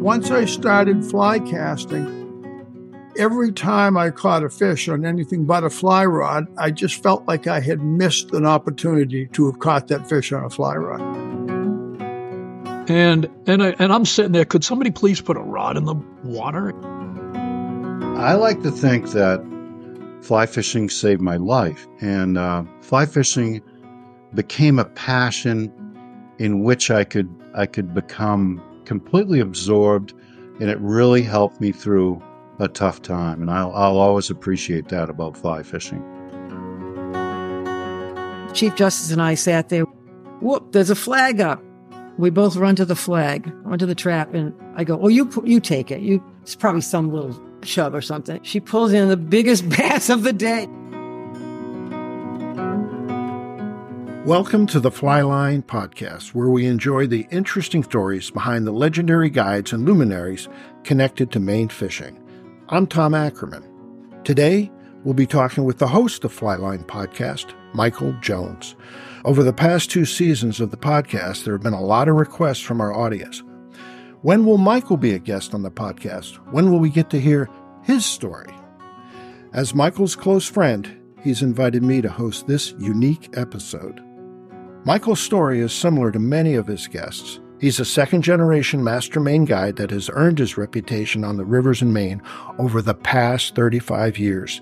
Once I started fly casting, every time I caught a fish on anything but a fly rod, I just felt like I had missed an opportunity to have caught that fish on a fly rod. And and I, and I'm sitting there. Could somebody please put a rod in the water? I like to think that fly fishing saved my life, and uh, fly fishing became a passion in which I could I could become completely absorbed, and it really helped me through a tough time. And I'll, I'll always appreciate that about fly fishing. Chief Justice and I sat there. Whoop! There's a flag up. We both run to the flag, run to the trap, and I go, "Oh, you you take it. You it's probably some little shove or something." She pulls in the biggest bass of the day. Welcome to the Flyline Podcast, where we enjoy the interesting stories behind the legendary guides and luminaries connected to Maine fishing. I'm Tom Ackerman. Today, we'll be talking with the host of Flyline Podcast, Michael Jones. Over the past two seasons of the podcast, there have been a lot of requests from our audience. When will Michael be a guest on the podcast? When will we get to hear his story? As Michael's close friend, he's invited me to host this unique episode. Michael's story is similar to many of his guests. He's a second generation master Maine guide that has earned his reputation on the rivers in Maine over the past 35 years.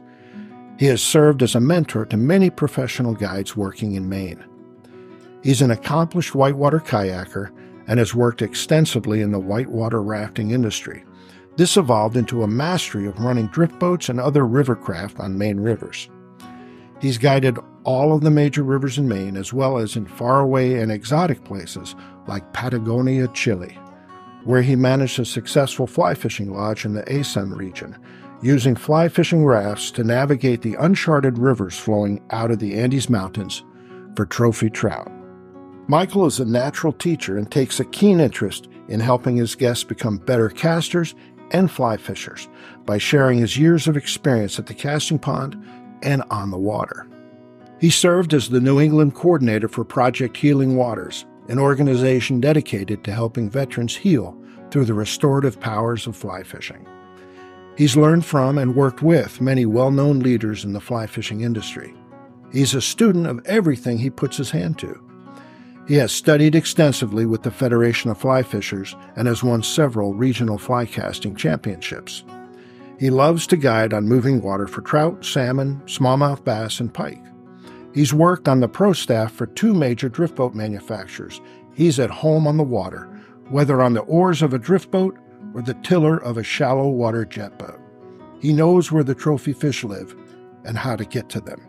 He has served as a mentor to many professional guides working in Maine. He's an accomplished whitewater kayaker and has worked extensively in the whitewater rafting industry. This evolved into a mastery of running drift boats and other river craft on Maine rivers. He's guided all of the major rivers in Maine, as well as in faraway and exotic places like Patagonia, Chile, where he managed a successful fly fishing lodge in the Asun region, using fly fishing rafts to navigate the uncharted rivers flowing out of the Andes Mountains for trophy trout. Michael is a natural teacher and takes a keen interest in helping his guests become better casters and fly fishers by sharing his years of experience at the casting pond and on the water. He served as the New England coordinator for Project Healing Waters, an organization dedicated to helping veterans heal through the restorative powers of fly fishing. He's learned from and worked with many well known leaders in the fly fishing industry. He's a student of everything he puts his hand to. He has studied extensively with the Federation of Fly Fishers and has won several regional fly casting championships. He loves to guide on moving water for trout, salmon, smallmouth bass, and pike. He's worked on the pro staff for two major drift boat manufacturers. He's at home on the water, whether on the oars of a drift boat or the tiller of a shallow water jet boat. He knows where the trophy fish live and how to get to them.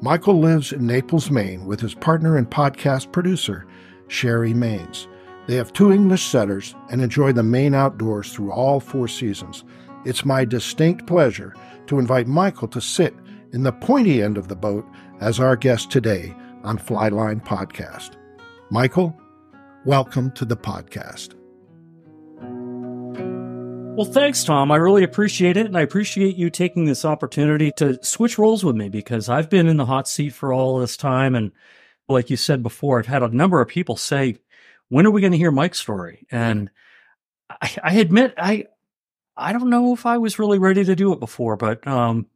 Michael lives in Naples, Maine, with his partner and podcast producer, Sherry Maines. They have two English setters and enjoy the Maine outdoors through all four seasons it's my distinct pleasure to invite Michael to sit in the pointy end of the boat as our guest today on Flyline Podcast. Michael, welcome to the podcast. Well, thanks, Tom. I really appreciate it. And I appreciate you taking this opportunity to switch roles with me because I've been in the hot seat for all this time. And like you said before, I've had a number of people say, When are we going to hear Mike's story? And I, I admit, I, I don't know if I was really ready to do it before, but um,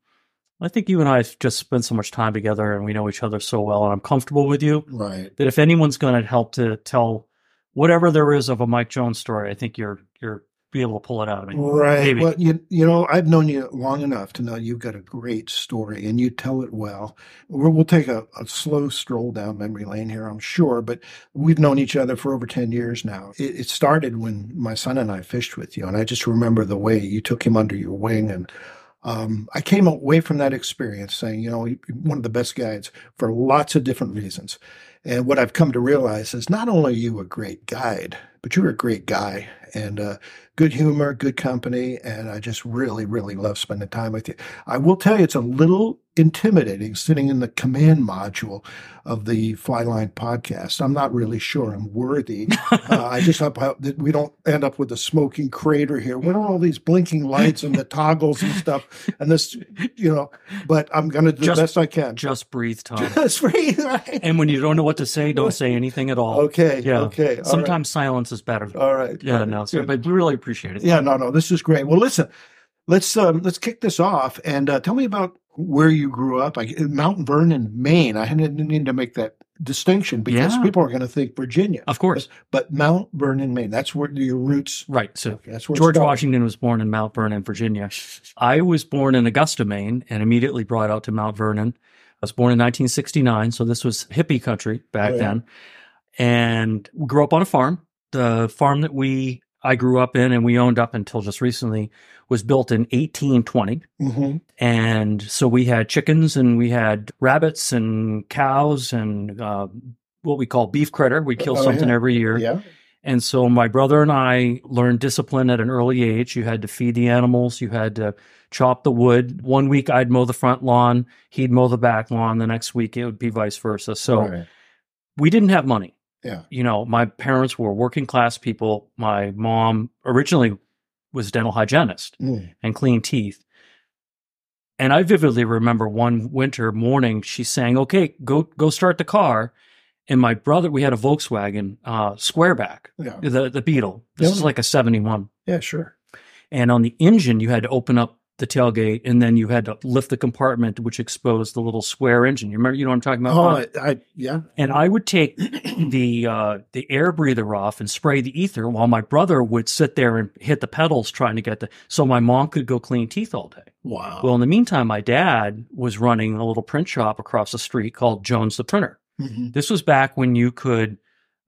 I think you and I have just spent so much time together and we know each other so well, and I'm comfortable with you. Right. That if anyone's going to help to tell whatever there is of a Mike Jones story, I think you're you're be able to pull it out of me. Right. Maybe. Well, you you know I've known you long enough to know you've got a great story and you tell it well. We're, we'll take a, a slow stroll down memory lane here, I'm sure, but we've known each other for over ten years now. It, it started when my son and I fished with you, and I just remember the way you took him under your wing and. Um, I came away from that experience saying, you know, one of the best guides for lots of different reasons. And what I've come to realize is not only are you a great guide, but you're a great guy and uh, good humor, good company. And I just really, really love spending time with you. I will tell you, it's a little intimidating sitting in the command module of the Flyline podcast. I'm not really sure I'm worthy. Uh, I just hope I- that we don't end up with a smoking crater here. What are all these blinking lights and the toggles and stuff? And this, you know, but I'm going to do Just- the best I can. Just breathe, Tom. That's free, right? and when you don't know what to say, don't say anything at all. Okay. Yeah. Okay. all right. Sometimes silence is better. All right. yeah, no, so, Good. but we really appreciate it. Yeah, no, no, this is great. Well, listen, let's um, let's kick this off and uh, tell me about where you grew up. I, in Mount Vernon, Maine. I didn't need to make that distinction because Yeah. people are going to think Virginia, Of course. but Mount Vernon, Maine. That's where your roots. Right. So Okay, that's where it George started. Washington was born in Mount Vernon, Virginia. I was born in Augusta, Maine, and immediately brought out to Mount Vernon. I was born in 1969, so this was hippie country back Oh, yeah. then. And we grew up on a farm. The farm that we I grew up in and we owned up until just recently was built in 1820. Mhm. And so we had chickens and we had rabbits and cows and uh, what we call beef critter. We kill Oh, something yeah. every year. Yeah. And so my brother and I learned discipline at an early age. You had to feed the animals, you had to chop the wood. One week I'd mow the front lawn, he'd mow the back lawn. The next week it would be vice versa. So Right. we didn't have money. Yeah. You know, my parents were working class people. My mom originally was dental hygienist Mm. and cleaned teeth. And I vividly remember one winter morning she saying, "Okay, go go start the car." And my brother, we had a Volkswagen uh, Squareback, Yeah. the the Beetle. This Yeah. is like a '71, Yeah. Sure. and on the engine you had to open up the tailgate, and then you had to lift the compartment, which exposed the little square engine. You remember, you know what I'm talking about? Oh, Tom? I, I yeah. and I would take the uh, the air breather off and spray the ether, while my brother would sit there and hit the pedals trying to get the so my mom could go clean teeth all day. Wow. Well, in the meantime, my dad was running a little print shop across the street called Jones the Printer. Mhm. This was back when you could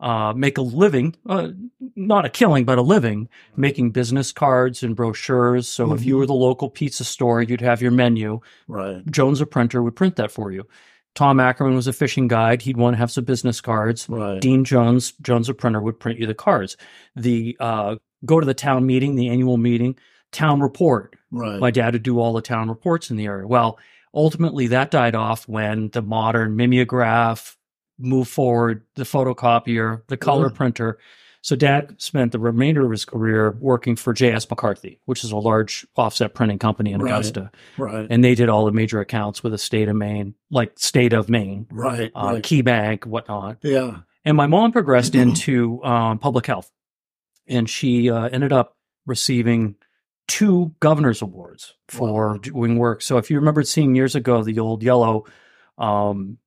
uh, make a living, uh, not a killing, but a living, making business cards and brochures. So if you were the local pizza store, you'd have your menu. Right. Jones, a printer, would print that for you. Tom Ackerman was a fishing guide. He'd want to have some business cards. Right. Dean Jones, Jones, a printer, would print you the cards. The uh, go to the town meeting, the annual meeting, town report. Right. My dad would do all the town reports in the area. Well, ultimately, that died off when the modern mimeograph moved forward, the photocopier, the color Yeah. printer. So, dad spent the remainder of his career working for J.S. McCarthy, which is a large offset printing company in Right. Augusta. right. And they did all the major accounts with the state of Maine, like state of Maine, right. uh, right. Key Bank, whatnot. Yeah. And my mom progressed into um, public health, and she uh, ended up receiving two governor's awards for Wow. doing work. So if you remember seeing years ago, the old yellow um,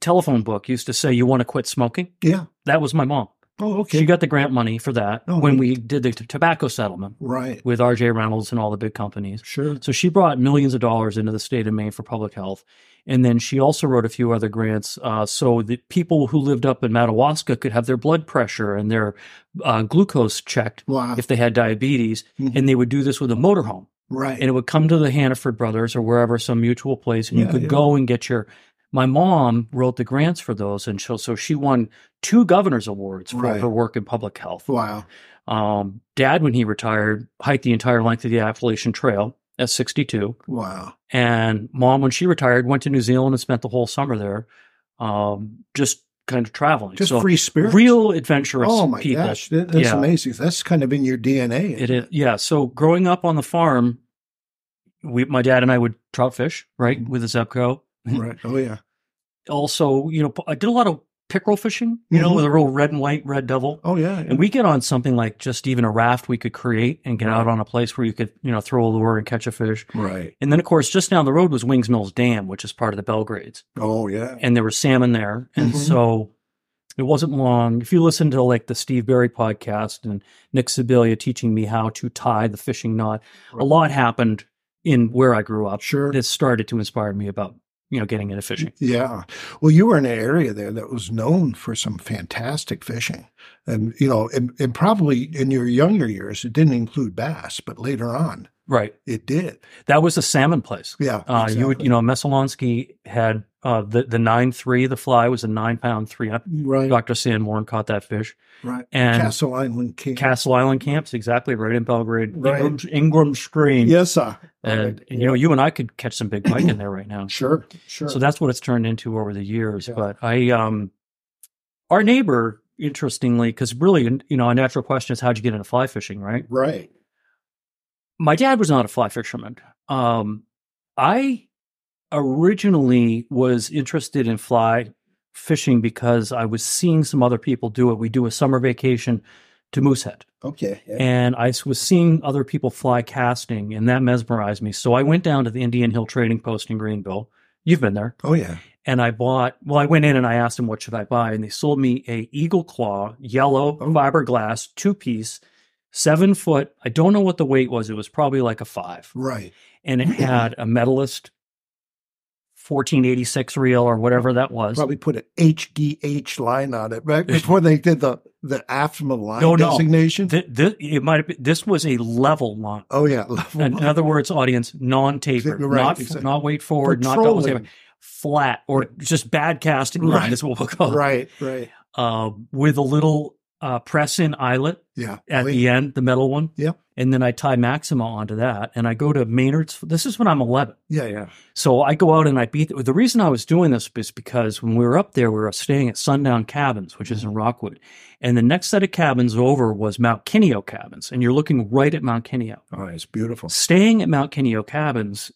telephone book used to say, "You want to quit smoking." Yeah. That was my mom. Oh, okay. She got the grant money for that Oh, when neat. we did the t- tobacco settlement right. with R.J. Reynolds and all the big companies. Sure. So she brought millions of dollars into the state of Maine for public health. And then she also wrote a few other grants uh, so that people who lived up in Madawaska could have their blood pressure and their uh, glucose checked Wow. if they had diabetes. Mhm. And they would do this with a motorhome. right. And it would come to the Hannaford Brothers or wherever, some mutual place. And you Yeah, could yeah. go and get your. My mom wrote the grants for those. And so, so she won two governor's awards for Right. her work in public health. wow. Um, Dad, when he retired, hiked the entire length of the Appalachian Trail at 62. Wow. And mom, when she retired, went to New Zealand and spent the whole summer there, um, just kind of traveling. Just so free spirit. real adventurous Oh my people. gosh, that, that's Yeah. amazing. That's kind of in your DNA. It is, yeah. So growing up on the farm, we, my dad and I would trout fish, right, Mhm. with a Zepco. Right. Oh yeah. Also, you know, I did a lot of pickerel fishing, you know, Mhm. with a real red and white red devil. Oh yeah. yeah. And we get on something like just even a raft we could create and get out on a place where you could, you know, throw a lure and catch a fish. right. And then, of course, just down the road was Wings Mills Dam, which is part of the Belgrades. Oh yeah. and there was salmon there. And Mm-hmm. Mhm. so it wasn't long. If you listen to like the Steve Berry podcast and Nick Sibilia teaching me how to tie the fishing knot, a lot happened in where I grew up. Sure. This started to inspire me about, you know, getting into fishing. Yeah. Well, you were in an area there that was known for some fantastic fishing. And, you know, and, and probably in your younger years, it didn't include bass, but later on, Right. It did. That was a salmon place. Yeah. Uh, You would, exactly. you know, Messalonsky had uh, the the nine three. The fly was a nine pound three. Right. Doctor Sandborn caught that fish, Right. and Castle Island King. Castle Island camps exactly right in Belgrade, Right. Ingram, Ingram Stream, Yes, sir. and Right. you know, you and I could catch some big pike in there right now. Sure. Sure. So that's what it's turned into over the years. Yeah. But I, um, our neighbor, interestingly, because really, you know, a natural question is how'd you get into fly fishing, right? right. My dad was not a fly fisherman. Um, I originally was interested in fly fishing because I was seeing some other people do it. We do a summer vacation to Moosehead Okay. Yeah. and I was seeing other people fly casting, and that mesmerized me. So I went down to the Indian Hill Trading Post in Greenville. You've been there, oh yeah. and I bought. Well, I went in and I asked them what should I buy, and they sold me a eagle claw yellow Oh. fiberglass two piece, seven foot. I don't know what the weight was. It was probably like a five, Right. and it had a medalist. 1486 reel or whatever that was. Probably put an HDH line on it right before they did the the aftermath line No, no. designation. Th- th- it might have been, this was a level line. oh yeah. Level In line. other words, audience, non-taper, Right, not exactly. not weight forward, not double Patrolling. taper, flat or just bad casting Right. line is what we'll call it. Right. Right. Um, with a little uh, press-in eyelet Yeah. Oh, at the end, the metal one. Yep. And then I tie Maxima onto that, and I go to Maynard's. This is when I'm 11, yeah. Yeah. so I go out and I beat. The reason I was doing this is because when we were up there, we were staying at Sundown Cabins, which is in Rockwood, and the next set of cabins over was Mount Kineo Cabins, and you're looking right at Mount Kineo. Oh, it's beautiful. Staying at Mount Kineo Cabins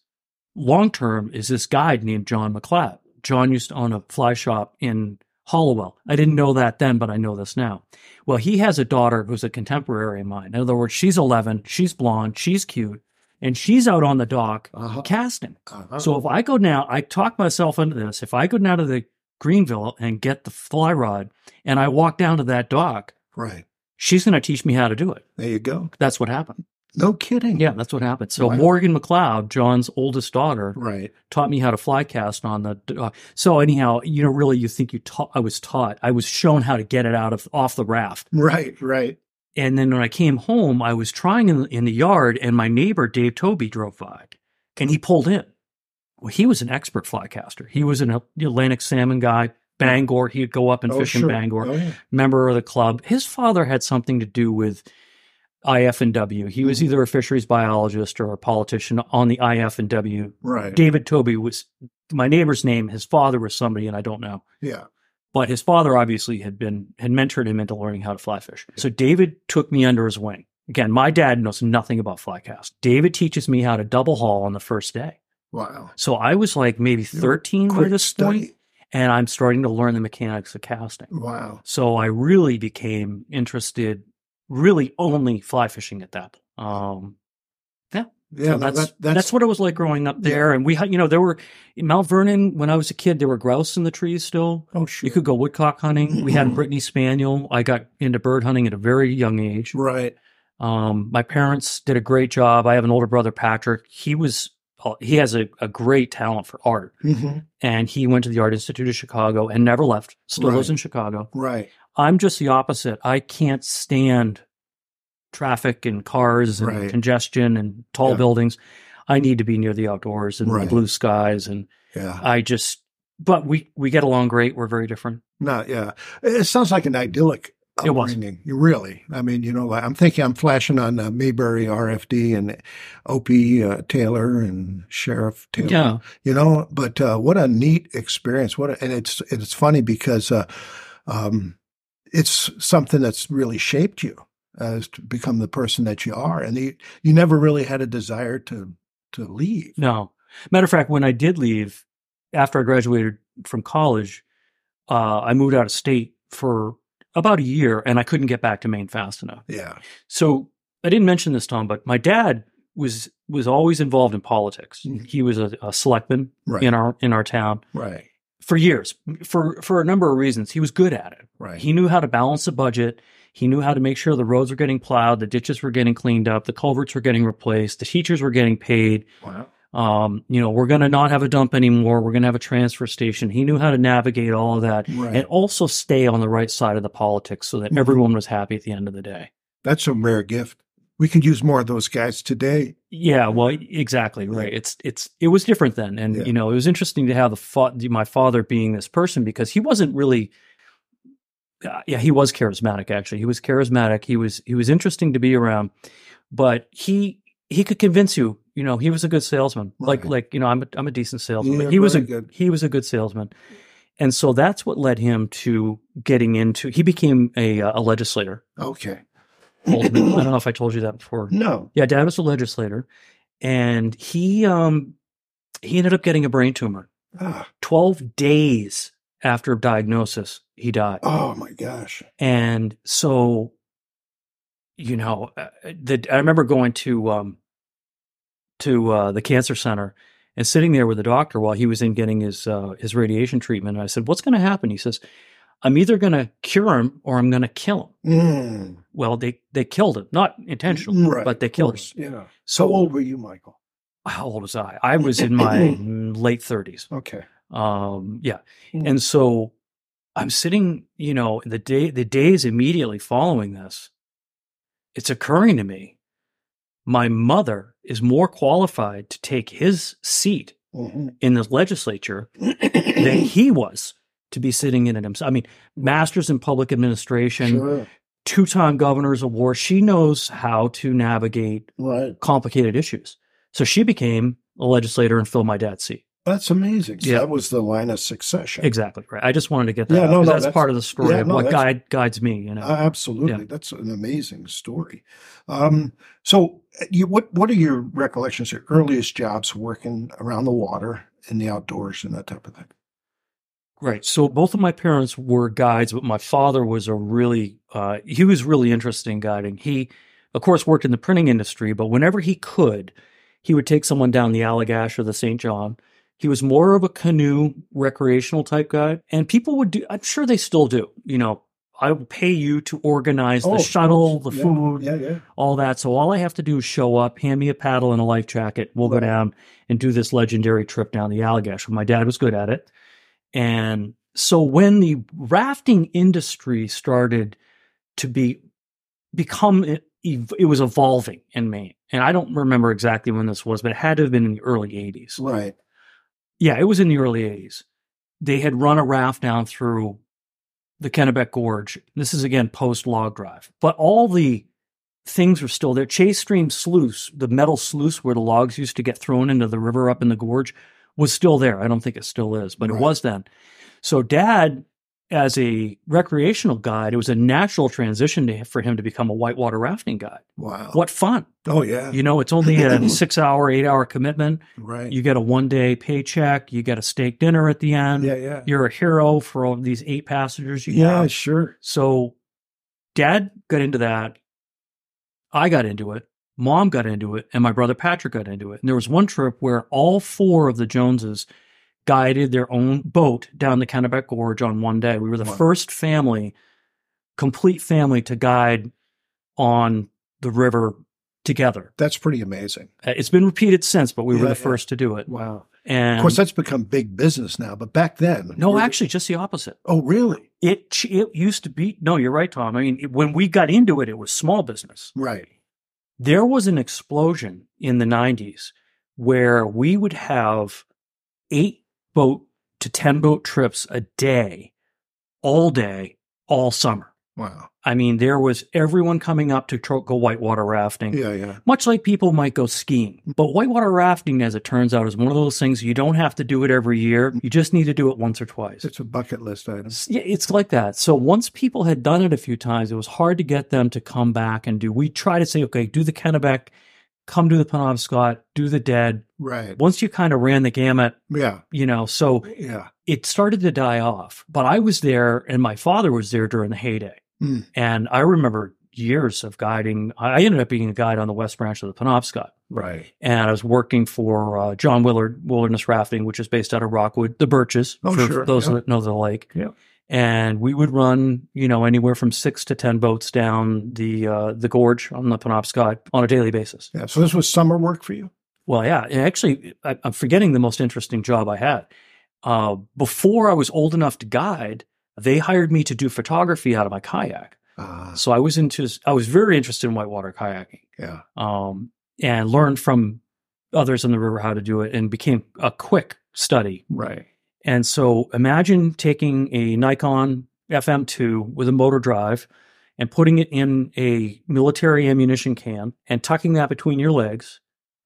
long term is this guide named John McLeod. John used to own a fly shop in Hollowell. I didn't know that then, but I know this now. Well, he has a daughter who's a contemporary of mine. In other words, she's 11, she's blonde, she's cute, and she's out on the dock Uh-huh. casting. Uh-huh. So if I go now, I talk myself into this. If I go down to the Greenville and get the fly rod and I walk down to that dock, right. she's going to teach me how to do it. There you go. That's what happened. No kidding. Yeah, that's what happened. So Wow. Morgan McLeod, John's oldest daughter, Right. taught me how to fly cast on the. Uh, so anyhow, you know, really, you think you taught? I was taught. I was shown how to get it out of off the raft. Right. Right. And then when I came home, I was trying in, in the yard, and my neighbor Dave Toby drove by, and he pulled in. Well, he was an expert fly caster. He was an Atlantic salmon guy. Bangor, he'd go up and Oh, fish sure. in Bangor Oh, yeah. member of the club. His father had something to do with IF and W. He was Mm-hmm. either a fisheries biologist or a politician on the IF and W. Right. David Toby was my neighbor's name. His father was somebody, and I don't know. yeah. But his father obviously had been had mentored him into learning how to fly fish. So David took me under his wing. Again, my dad knows nothing about fly cast. David teaches me how to double haul on the first day. Wow. So I was like maybe You're 13 by Quick this point, study. and I'm starting to learn the mechanics of casting. Wow. So I really became interested, really only fly fishing at that. Um, Yeah. so no, that- that's, that's what it was like growing up Yeah. there. And we had, you know, there were in Mount Vernon when I was a kid, there were grouse in the trees still. Oh, sure. You could go woodcock hunting. We had Brittany Spaniel. I got into bird hunting at a very young age. Right. Um, my parents did a great job. I have an older brother, Patrick. He was, uh, he has a, a great talent for art. hmm And he went to the Art Institute of Chicago and never left, still lives Right. in Chicago. Right. I'm just the opposite. I can't stand traffic and cars and Right. congestion and tall Yeah. buildings. I need to be near the outdoors and Right. the blue skies and Yeah. I just but we we get along great. We're very different. No, yeah. It sounds like an idyllic It was. upbringing. You really. I mean, you know, I'm thinking I'm flashing on uh, Mayberry RFD and Opie uh, Taylor and Sheriff Taylor. Yeah. You know, but uh, what a neat experience. What a, and it's it's funny because uh, um, it's something that's really shaped you as to become the person that you are, and you, you never really had a desire to to leave. No. Matter of fact, when I did leave after I graduated from college, uh, I moved out of state for about a year and I couldn't get back to Maine fast enough. Yeah. So I didn't mention this, Tom, but my dad was was always involved in politics. Mhm. He was a, a selectman Right. in our in our town Right. for years for for a number of reasons. He was good at it. Right. He knew how to balance the budget. He knew how to make sure the roads were getting plowed, the ditches were getting cleaned up, the culverts were getting replaced, the teachers were getting paid. wow. Um, you know, we're going to not have a dump anymore. We're going to have a transfer station. He knew how to navigate all of that Right. and also stay on the right side of the politics so that Mhm. everyone was happy at the end of the day. that's a rare gift. we could use more of those guys today. Yeah, well, e, exactly right. It's it's it was different then, and Yeah. you know it was interesting to have the fa- my father being this person because he wasn't really. Uh, yeah, he was charismatic. Actually, he was charismatic. He was he was interesting to be around, but he he could convince you. You know, he was a good salesman. Like Right. like you know, I'm a, I'm a decent salesman. Yeah, but he was a very good. he was a good salesman, and so that's what led him to getting into. He became a uh, a legislator. Okay. Ultimately, I don't know if I told you that before. No. Yeah, dad was a legislator, and he um he ended up getting a brain tumor. Ah, Twelve days after diagnosis, he died, oh my gosh. and so you know uh, the I remember going to um to uh, the cancer center and sitting there with the doctor while he was in getting his uh, his radiation treatment. And I said, "What's going to happen?" He says, "I'm either going to cure him or I'm going to kill him." Mm. Well, they they killed him, not Mm-hmm. intentionally, Right, but they of killed him. course, Yeah. So How old were you, Michael? how old was I? I was in my late 30s. Okay. Um, yeah. Mm. And so I'm sitting, you know, the day, the days immediately following this, it's occurring to me my mother is more qualified to take his seat Mhm. in the legislature than he was to be sitting in it himself. I mean, masters in public administration, Sure. two time governor's award. She knows how to navigate Right. complicated issues. So she became a legislator and filled my dad's seat. That's amazing. So Yeah. That was the line of succession. Exactly right. I just wanted to get that. Yeah, out, no, 'cause no, that's, that's- part of the story yeah, of no, what that's- guide guides me. You know, Uh, absolutely. Yeah. That's an amazing story. Um, so, you, what what are your recollections, your earliest jobs working around the water in the outdoors and that type of thing? right. So both of my parents were guides, but my father was a really uh, he was really interested in guiding. He, of course, worked in the printing industry, but whenever he could, he would take someone down the Allegash or the St. John. He was more of a canoe recreational type guide, and people would do. I'm sure they still do. You know, I will pay you to organize Oh, the of shuttle, the course. Yeah, food, Oh, Yeah, yeah. all that. So all I have to do is show up, hand me a paddle and a life jacket. We'll Right. go down and do this legendary trip down the Allegash. Well, my dad was good at it. And so when the rafting industry started to be become it, it was evolving in Maine. And I don't remember exactly when this was, but it had to have been in the early 80s. Right. Yeah, it was in the early 80s. They had run a raft down through the Kennebec Gorge. This is again post log drive, but all the things were still there. Chase Stream Sluice, the metal sluice where the logs used to get thrown into the river up in the gorge, was still there. I don't think it still is, but Right. it was then. So, dad, as a recreational guide, it was a natural transition to, for him to become a whitewater rafting guide. Wow. What fun! Oh, yeah. You know, it's only a six hour, eight hour commitment. Right. You get a one day paycheck. You get a steak dinner at the end. yeah, yeah. You're a hero for all these eight passengers you Yeah, have. sure. So dad got into that. I got into it. Mom got into it. And my brother Patrick got into it. And there was one trip where all four of the Joneses guided their own boat down the Kennebec Gorge on one day. We were the Wow. first family, complete family, to guide on the river together. That's pretty amazing. Uh, It's been repeated since, but we Yeah, were yeah. the first to do it. Wow. And of course, that's become big business now, but back then. no, were- actually, just the opposite. Oh, really? It ch- it used to be no, you're right, Tom. I mean, it- when we got into it, it was small business. Right. There was an explosion in the '90s where we would have eight boat to ten boat trips a day, all day, all summer. Wow. I mean, there was everyone coming up to tro- go whitewater rafting Yeah, yeah. much like people might go skiing. But whitewater rafting, as it turns out, is one of those things you don't have to do it every year. You just need to do it once or twice. It's a bucket list item. It's- yeah, It's like that. So once people had done it a few times, it was hard to get them to come back and do. We try to say, okay, do the Kennebec, come do the Penobscot, do the Dead. Right. Once you kind of ran the gamut, Yeah. you know, so Yeah. it started to die off. But I was there and my father was there during the heyday. Hmm. And I remember years of guiding. I I ended up being a guide on the West Branch of the Penobscot Right. and I was working for uh, John Willard Wilderness Rafting, which is based out of Rockwood, the Birches, Oh, for sure, those yeah. that know the lake. Yeah. And we would run, you know, anywhere from six to ten boats down the uh, the gorge on the Penobscot on a daily basis. Yeah. So, this was summer work for you? Well, yeah, and actually, I, I'm forgetting the most interesting job I had. Uh, before I was old enough to guide, they hired me to do photography out of my kayak. Uh, So I was into I was very interested in whitewater kayaking. Yeah. Um, and learned from others on the river how to do it and became a quick study. Right. And so imagine taking a Nikon FM2 with a motor drive and putting it in a military ammunition can and tucking that between your legs,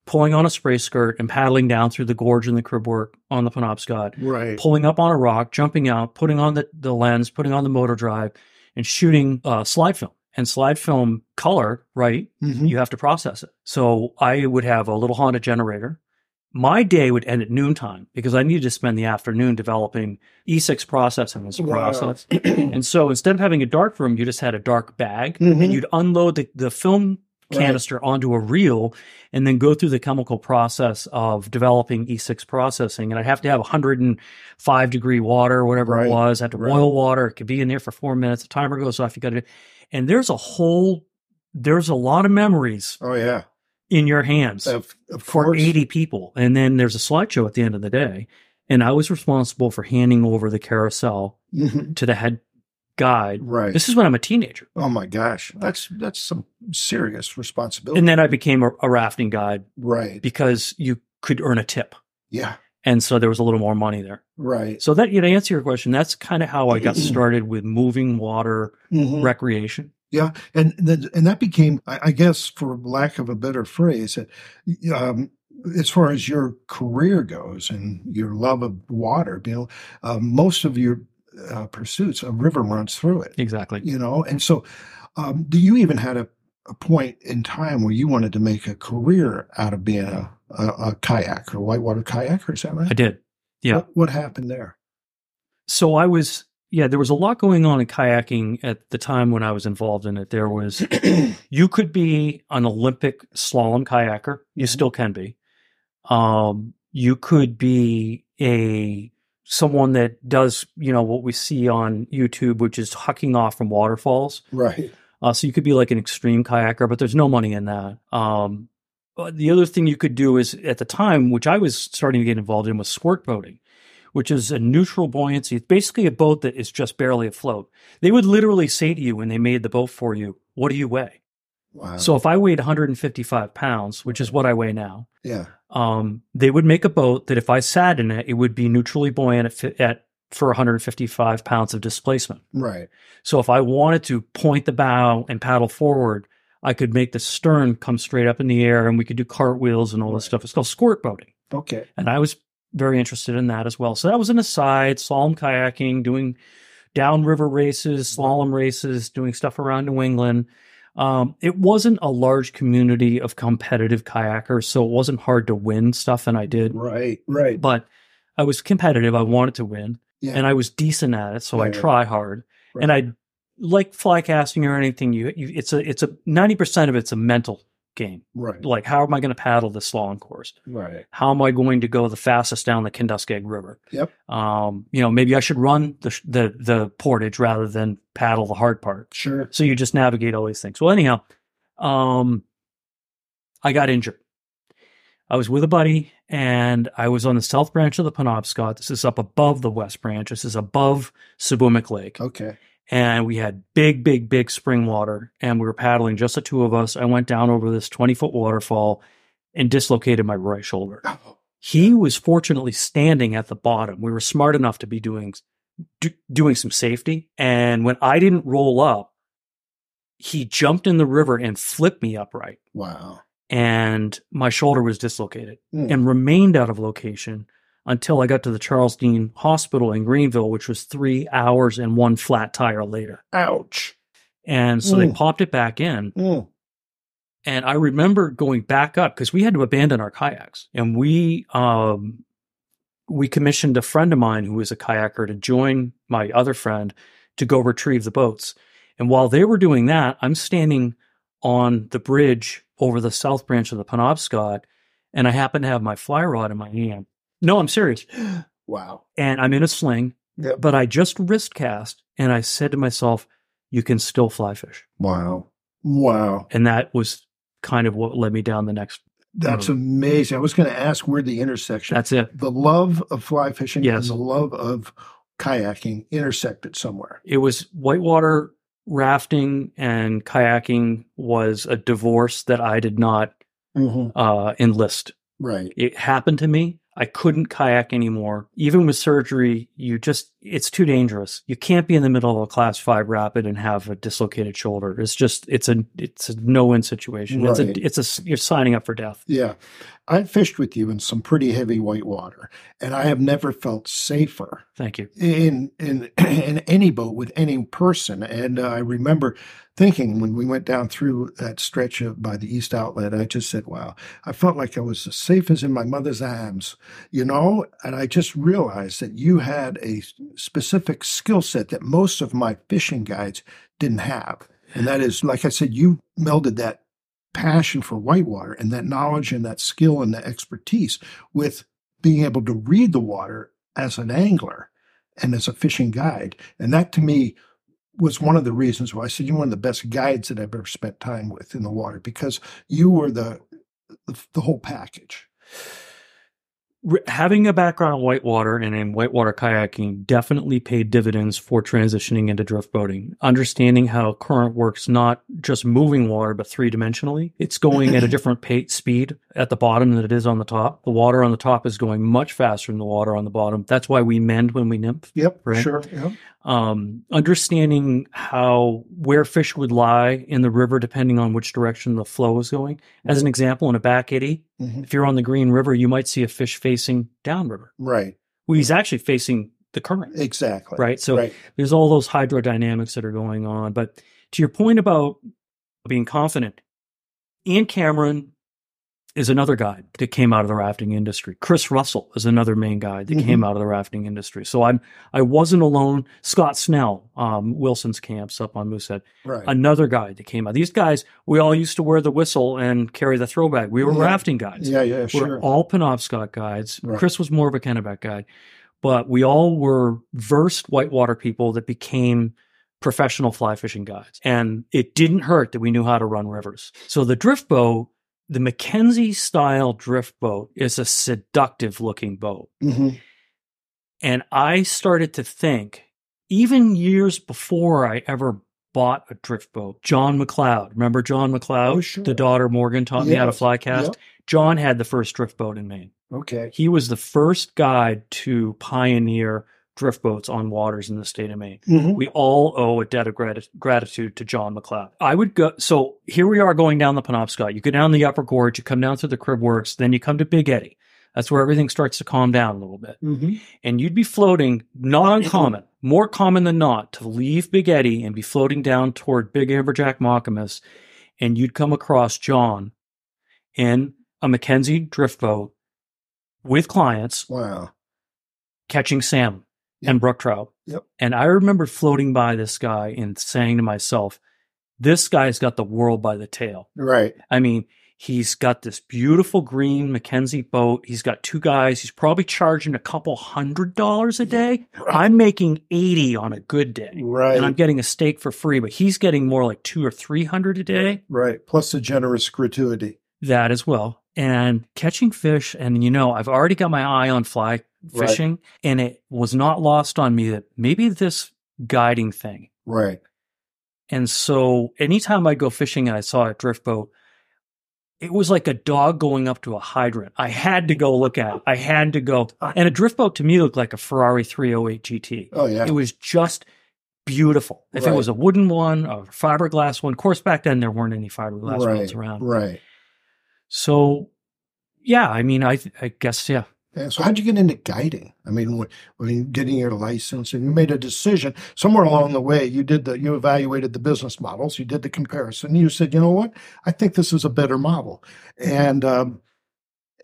pulling on a spray skirt and paddling down through the gorge and the cribwork on the Penobscot right. pulling up on a rock, jumping out, putting on the, the lens, putting on the motor drive, and shooting uh, slide film. And slide film color, right? Mhm. You have to process it. So I would have a little Honda generator. My day would end at noontime because I needed to spend the afternoon developing E6 processing and some Wow. process. and so instead of having a dark room, you just had a dark bag Mhm. and you'd unload the, the film Right. canister onto a reel and then go through the chemical process of developing E6 processing. And I'd have to have 105 degree water, whatever Right. it was. I had to Right. boil water. It could be in there for four minutes. The timer goes off. You got to, and there's a whole, there's a lot of memories Oh yeah. in your hands Of, of for course. 80 people. And then there's a slideshow at the end of the day. And I was responsible for handing over the carousel Mhm. to the head guide. Right. This is when I'm a teenager. oh my gosh. That's that's some serious responsibility. And then I became a, a rafting guide right. because you could earn a tip. Yeah. And so there was a little more money there. Right. So that, you know, to answer your question, that's kind of how I got started with moving water Mhm. recreation. Yeah, and then and that became, I I guess, for lack of a better phrase, it, um, as far as your career goes and your love of water, you know, uh, most of your uh, pursuits, a river runs through it, Exactly. you know, and so, um, do you even had a, a point in time where you wanted to make a career out of being a, a, a kayak or whitewater kayaker? Is that right? I did. yeah. What, what happened there? So I was, yeah, there was a lot going on in kayaking at the time when I was involved in it. There was, you could be an Olympic slalom kayaker. You still can be. Um, you could be a, someone that does, you know, what we see on YouTube, which is hucking off from waterfalls. Right. Uh, so you could be like an extreme kayaker, but there's no money in that. Um, but the other thing you could do is at the time, which I was starting to get involved in, was squirt boating, which is a neutral buoyancy. It's basically a boat that is just barely afloat. They would literally say to you when they made the boat for you, "What do you weigh?" Wow. So if I weighed 155 pounds, which is what I weigh now, yeah. um, they would make a boat that if I sat in it, it would be neutrally buoyant at, fi- at for 155 pounds of displacement. Right. So if I wanted to point the bow and paddle forward, I could make the stern come straight up in the air and we could do cartwheels and all this stuff. It's called squirt boating. Okay. And I was very interested in that as well. So that was an aside, slalom kayaking, doing downriver races, Mm-hmm. slalom races, doing stuff around New England. Um, it wasn't a large community of competitive kayakers, so it wasn't hard to win stuff, and I did. Right. Right. But I was competitive. I wanted to win Yeah. and I was decent at it, so I Right. try hard. Right. And I like fly casting or anything. You, you it's a it's a ninety percent of it's a mental game. right. Like, how am I going to paddle this slalom course? Right. How am I going to go the fastest down the Kenduskeag River? Yep. Um, you know, maybe I should run the sh- the the portage rather than paddle the hard part. Sure. So you just navigate all these things. Well, anyhow, um, I got injured. I was with a buddy and I was on the south branch of the Penobscot. This is up above the west branch. This is above Subumic Lake. Okay. And we had big, big, big spring water. And we were paddling, just the two of us. I went down over this 20 foot waterfall and dislocated my right shoulder. Oh, He was fortunately standing at the bottom. We were smart enough to be doing do, doing some safety. And when I didn't roll up, he jumped in the river and flipped me upright, Wow. and my shoulder was dislocated Hmm. and remained out of location until I got to the Charles Dean Hospital in Greenville, which was three hours and one flat tire later. Ouch. And so they Hmm. popped it back in. Mm. And I remember going back up because we had to abandon our kayaks, and we um, we commissioned a friend of mine who was a kayaker to join my other friend to go retrieve the boats. And while they were doing that, I'm standing on the bridge over the south branch of the Penobscot, and I happen to have my fly rod in my hand. No, I'm serious, Wow. and I'm in a sling, Yep. but I just wrist cast, and I said to myself, "You can still fly fish," Wow. Wow. and that was kind of what led me down the next That's Mm-hmm. amazing. I was going to ask where the intersection, That's it. the love of fly fishing Yes. and the love of kayaking intersected somewhere. It was whitewater rafting and kayaking was a divorce that I did not Mm-hmm. uh, enlist. Right. It happened to me. I couldn't kayak anymore. Even with surgery, you just, it's too dangerous. You can't be in the middle of a class five rapid and have a dislocated shoulder. It's just, it's a, it's a no win situation. It's Right. a, it's a, s- you're signing up for death. Yeah. I fished with you in some pretty heavy white water, and I have never felt safer Thank you. in in in any boat with any person. And I remember thinking when we went down through that stretch of, by the East Outlet, I just said, "Wow, I felt like I was as safe as in my mother's arms," you know. And I just realized that you had a specific skill set that most of my fishing guides didn't have, and that is, like I said, you melded that passion for whitewater and that knowledge and that skill and that expertise with being able to read the water as an angler and as a fishing guide. And that to me was one of the reasons why I said you're one of the best guides that I've ever spent time with in the water because you were the the, the whole package. r- having a background in whitewater and in whitewater kayaking definitely paid dividends for transitioning into drift boating. Understanding how current works, not just moving water, but three dimensionally. It's going at a different pace, speed at the bottom than it is on the top. The water on the top is going much faster than the water on the bottom. That's why we mend when we nymph Yep, Right. sure. Yep. um, understanding how where fish would lie in the river depending on which direction the flow is going. As an example, in a back eddy, Mhm. if you're on the Green River, you might see a fish facing downriver. Right. Well, he's actually facing the current, Exactly. right? So right. there's all those hydrodynamics that are going on. But to your point about being confident, Ian Cameron is another guide that came out of the rafting industry. Chris Russell is another main guide that Mhm. came out of the rafting industry. So I'm I wasn't alone. Scott Snell, um, Wilson's camps up on Moosehead, Right. another guide that came out. These guys, we all used to wear the whistle and carry the throw bag. We were Yeah. rafting guides. yeah, yeah, We're sure. all Penobscot guides. Right. Chris was more of a Kennebec guide, but we all were versed whitewater people that became professional fly fishing guides. And it didn't hurt that we knew how to run rivers. So the drift boat, the Mackenzie style drift boat is a seductive looking boat. Mhm. And I started to think, even years before I ever bought a drift boat, John McLeod, remember John McLeod? Oh, sure. The daughter Morgan taught me how to Yes. fly cast. Yep. John had the first drift boat in Maine. Okay. He was the first guide to pioneer drift boats on waters in the state of Maine. Mhm. We all owe a debt of grati- gratitude to John McLeod. I would go. So here we are going down the Penobscot. You go down the upper gorge, you come down through the Crib Works, then you come to Big Eddy. That's where everything starts to calm down a little bit. Mhm. And you'd be floating, not uncommon, more common than not, to leave Big Eddy and be floating down toward Big Amberjack Mockamus. And you'd come across John in a Mackenzie drift boat with clients Wow. catching salmon Yep. and brook trout. Yep. And I remember floating by this guy and saying to myself, this guy's got the world by the tail. Right. I mean, he's got this beautiful green Mackenzie boat. He's got two guys. He's probably charging a couple hundred dollars a day. I'm making 80 on a good day. And I'm Right. getting a steak for free, but he's getting more like two or three hundred a day. Right. Plus the generous gratuity. That as well. And catching fish. And you know, I've already got my eye on fly Right. fishing. And it was not lost on me that maybe this guiding thing Right. and so anytime I'd go fishing and I saw a drift boat, it was like a dog going up to a hydrant. I had to go look at it. I had to go. And a drift boat to me looked like a Ferrari 308 GT. Oh yeah. It was just beautiful. If Right. it was a wooden one, a fiberglass one, of course, back then there weren't any fiberglass Right. boats around. Right. So, yeah, I mean, I, I guess, yeah. Yeah, so how'd you get into guiding? I mean, when, when you getting your license and you made a decision somewhere along the way, you did the you evaluated the business models, you did the comparison, you said, you know what, I think this is a better model, and um,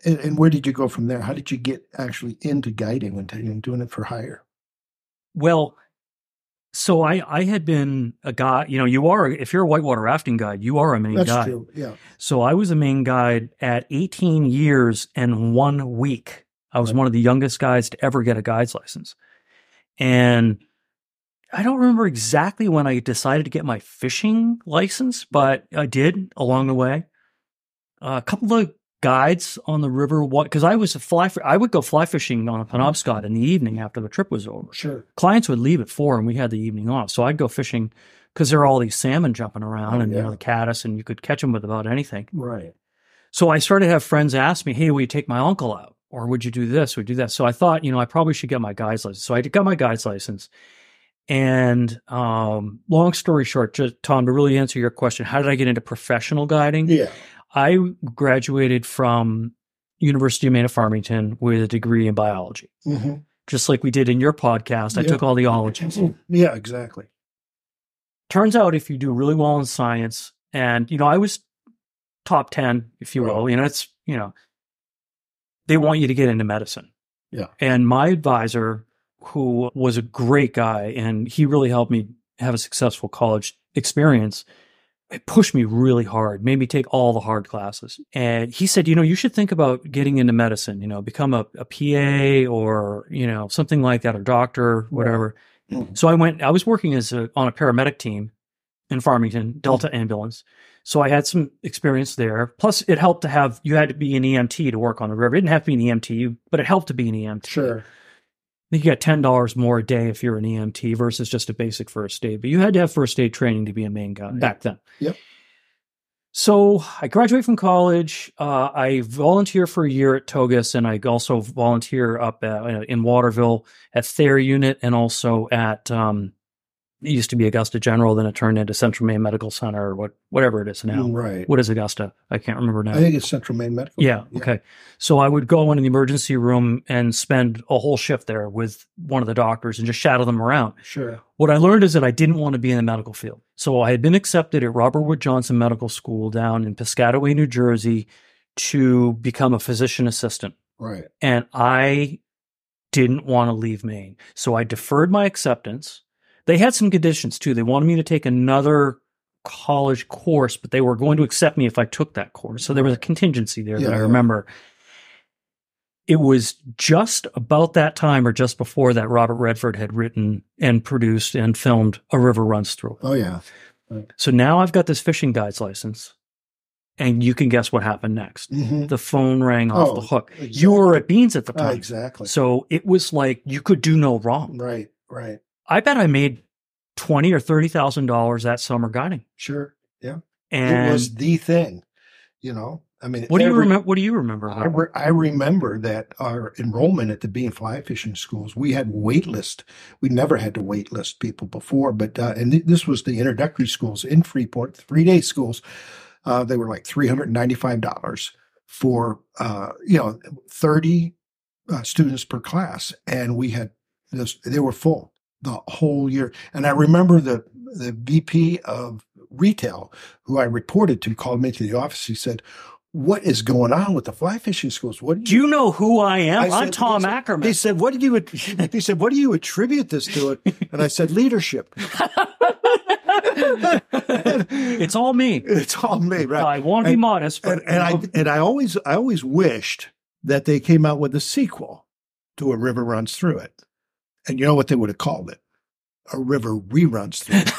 and, and where did you go from there? How did you get actually into guiding and t- and doing it for hire? Well, so I, I had been a guy, you know, you are, if you're a whitewater rafting guide, you are a main That's guide. true. Yeah. So I was a main guide at 18 years and one week. I was one of the youngest guys to ever get a guide's license. And I don't remember exactly when I decided to get my fishing license, but I did along the way. a couple of guides on the river, because I was a fly, fi- I would go fly fishing on a Penobscot in the evening after the trip was over Sure. clients would leave at four and we had the evening off. So I'd go fishing a because there are all these salmon jumping around Oh, and you yeah. know the caddis, and you could catch them with about anything. Right. So I started to have friends ask me, "Hey, will you take my uncle out, or would you do this, would you do that?" So I thought, you know, I probably should get my guide's license. So I got my guide's license. And um, long story short, just, Tom, to really answer your question, how did I get into professional guiding? Yeah. I graduated from University of Maine at Farmington with a degree in biology, hmm just like we did in your podcast. I Yeah. took all the ologies. Yeah, exactly. turns out if you do really well in science and you know i was top 10 if you will you know it's you know they want you to get into medicine Yeah. and my advisor who was a great guy and he really helped me have a successful college experience it pushed me really hard made me take all the hard classes and he said you know you should think about getting into medicine you know become a, a pa or you know something like that or doctor whatever Mhm. so I went. I was working as a, on a paramedic team in Farmington, Mm-hmm. Delta Ambulance. So I had some experience there. Plus, it helped to have you had to be an EMT to work on the river. It didn't have to be an E EMT, but it helped to be an EMT. Sure. I think you got ten dollars more a day if you're an EMT versus just a basic first aid. But you had to have first aid training to be a main guy back then. Yep. So I graduate from college. Uh, I volunteer for a year at Togus, and I also volunteer up at, uh, in Waterville at Thayer Unit, and also at um, it used to be Augusta General, then it turned into Central Maine Medical Center, or what whatever it is now. Right. What is Augusta? I can't remember now. I think it's Central Maine Medical. Yeah. Okay. So I would go in the emergency room and spend a whole shift there with one of the doctors and just shadow them around. Sure. What I learned is that I didn't want to be in the medical field. So I had been accepted at Robert Wood Johnson Medical School down in Piscataway, New Jersey to become a physician assistant. Right. And I didn't want to leave Maine. So I deferred my acceptance. They had some conditions too. They wanted me to take another college course, but they were going to accept me if I took that course. So there was a contingency there that Yeah, I yeah. remember. It was just about that time or just before that Robert Redford had written and produced and filmed A River Runs Through It. Oh yeah. So now I've got this fishing guide's license, and you can guess what happened next. Mm-hmm. The phone rang off Oh, the hook. You exactly. were at Beans at the Ah, time. exactly. So it was like you could do no wrong. right. Right. I bet I made twenty or thirty thousand dollars that summer guiding. Sure. And it was the thing. You know. I mean, what do you every- remember? What do you remember? I, about it? re- I remember that our enrollment at the Bean Fly Fishing Schools, we had wait list. We never had to wait list people before, but uh, and th- this was the introductory schools in Freeport, three day schools. Uh, they were like three hundred ninety five dollars for uh, you know thirty uh, students per class, and we had this. They were full the whole year, and I remember the the VP of retail who I reported to called me to the office. He said. What is going on with the fly fishing schools? What do you know who I am? I I'm said- Tom they said- Ackerman. They said, "What do you?" att- They said, "What do you attribute this to?" And I said, "Leadership." it's all me. It's all me, right? I want to be And- modest, but oh, And, and I and I always I always wished that they came out with a sequel to "A River Runs Through It," and you know what they would have called it? "A River Reruns Through It."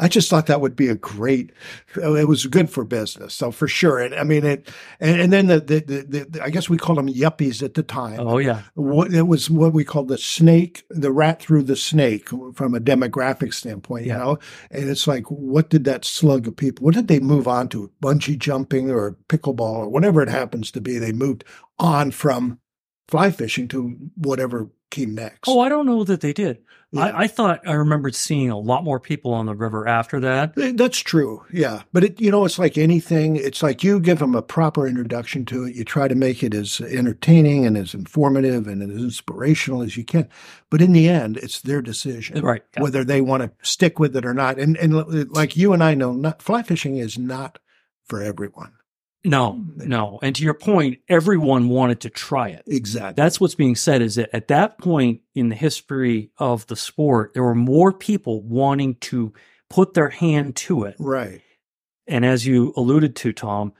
I just thought that would be a great. It was good for business, so for sure. And I mean, it. And, and then the, the, the the I guess we called them yuppies at the time. oh yeah, what it was what we call the snake the rat through the snake from a demographic standpoint you Yeah. know and it's like what did that slug of people what did they move on to bungee jumping or pickleball or whatever it happens to be they moved on from fly fishing to whatever came next Oh, I don't know that they did. Yeah. I, I thought I remembered seeing a lot more people on the river after that. Th- Eh, That's true. Yeah. But it, you know, it's like anything. It's like you give them a proper introduction to it. You try to make it as entertaining and as informative and as inspirational as you can. But in the end, it's their decision. Right. Yeah. Whether they want to stick with it or not. And, and li- like you and I know, not fly fishing is not for everyone. No, no. And to your point, everyone wanted to try it. Exactly. That's what's being said is that at that point in the history of the sport, there were more people wanting to put their hand to it. Right. And as you alluded to, Tom,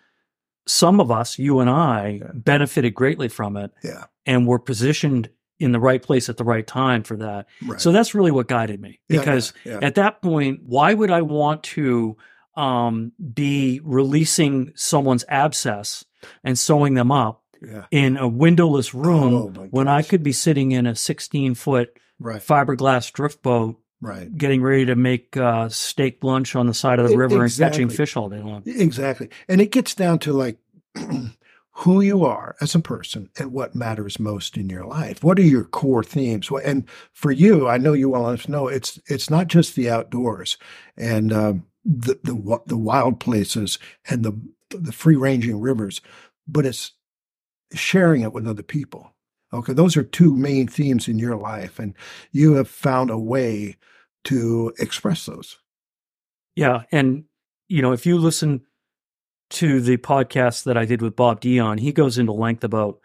some of us, you and I, benefited greatly from it Yeah. and were positioned in the right place at the right time for that. Right. So that's really what guided me Yeah, because yeah, yeah. at that point, why would I want to um, be releasing someone's abscess and sewing them up yeah. in a windowless room Oh, my when I goodness. could be sitting in a 16 foot Right. fiberglass drift boat Right. getting ready to make uh, steak lunch on the side of the E- river and catching exactly. fish all day long. Exactly. And it gets down to like who you are as a person and what matters most in your life. What are your core themes? What- And for you, I know you well enough to know it's it's not just the outdoors and um, the the wa- the wild places and the the free ranging rivers, but it's sharing it with other people. Okay, those are two main themes in your life, and you have found a way to express those. Yeah, and you know, if you listen to the podcast that I did with Bob Dion, he goes into length about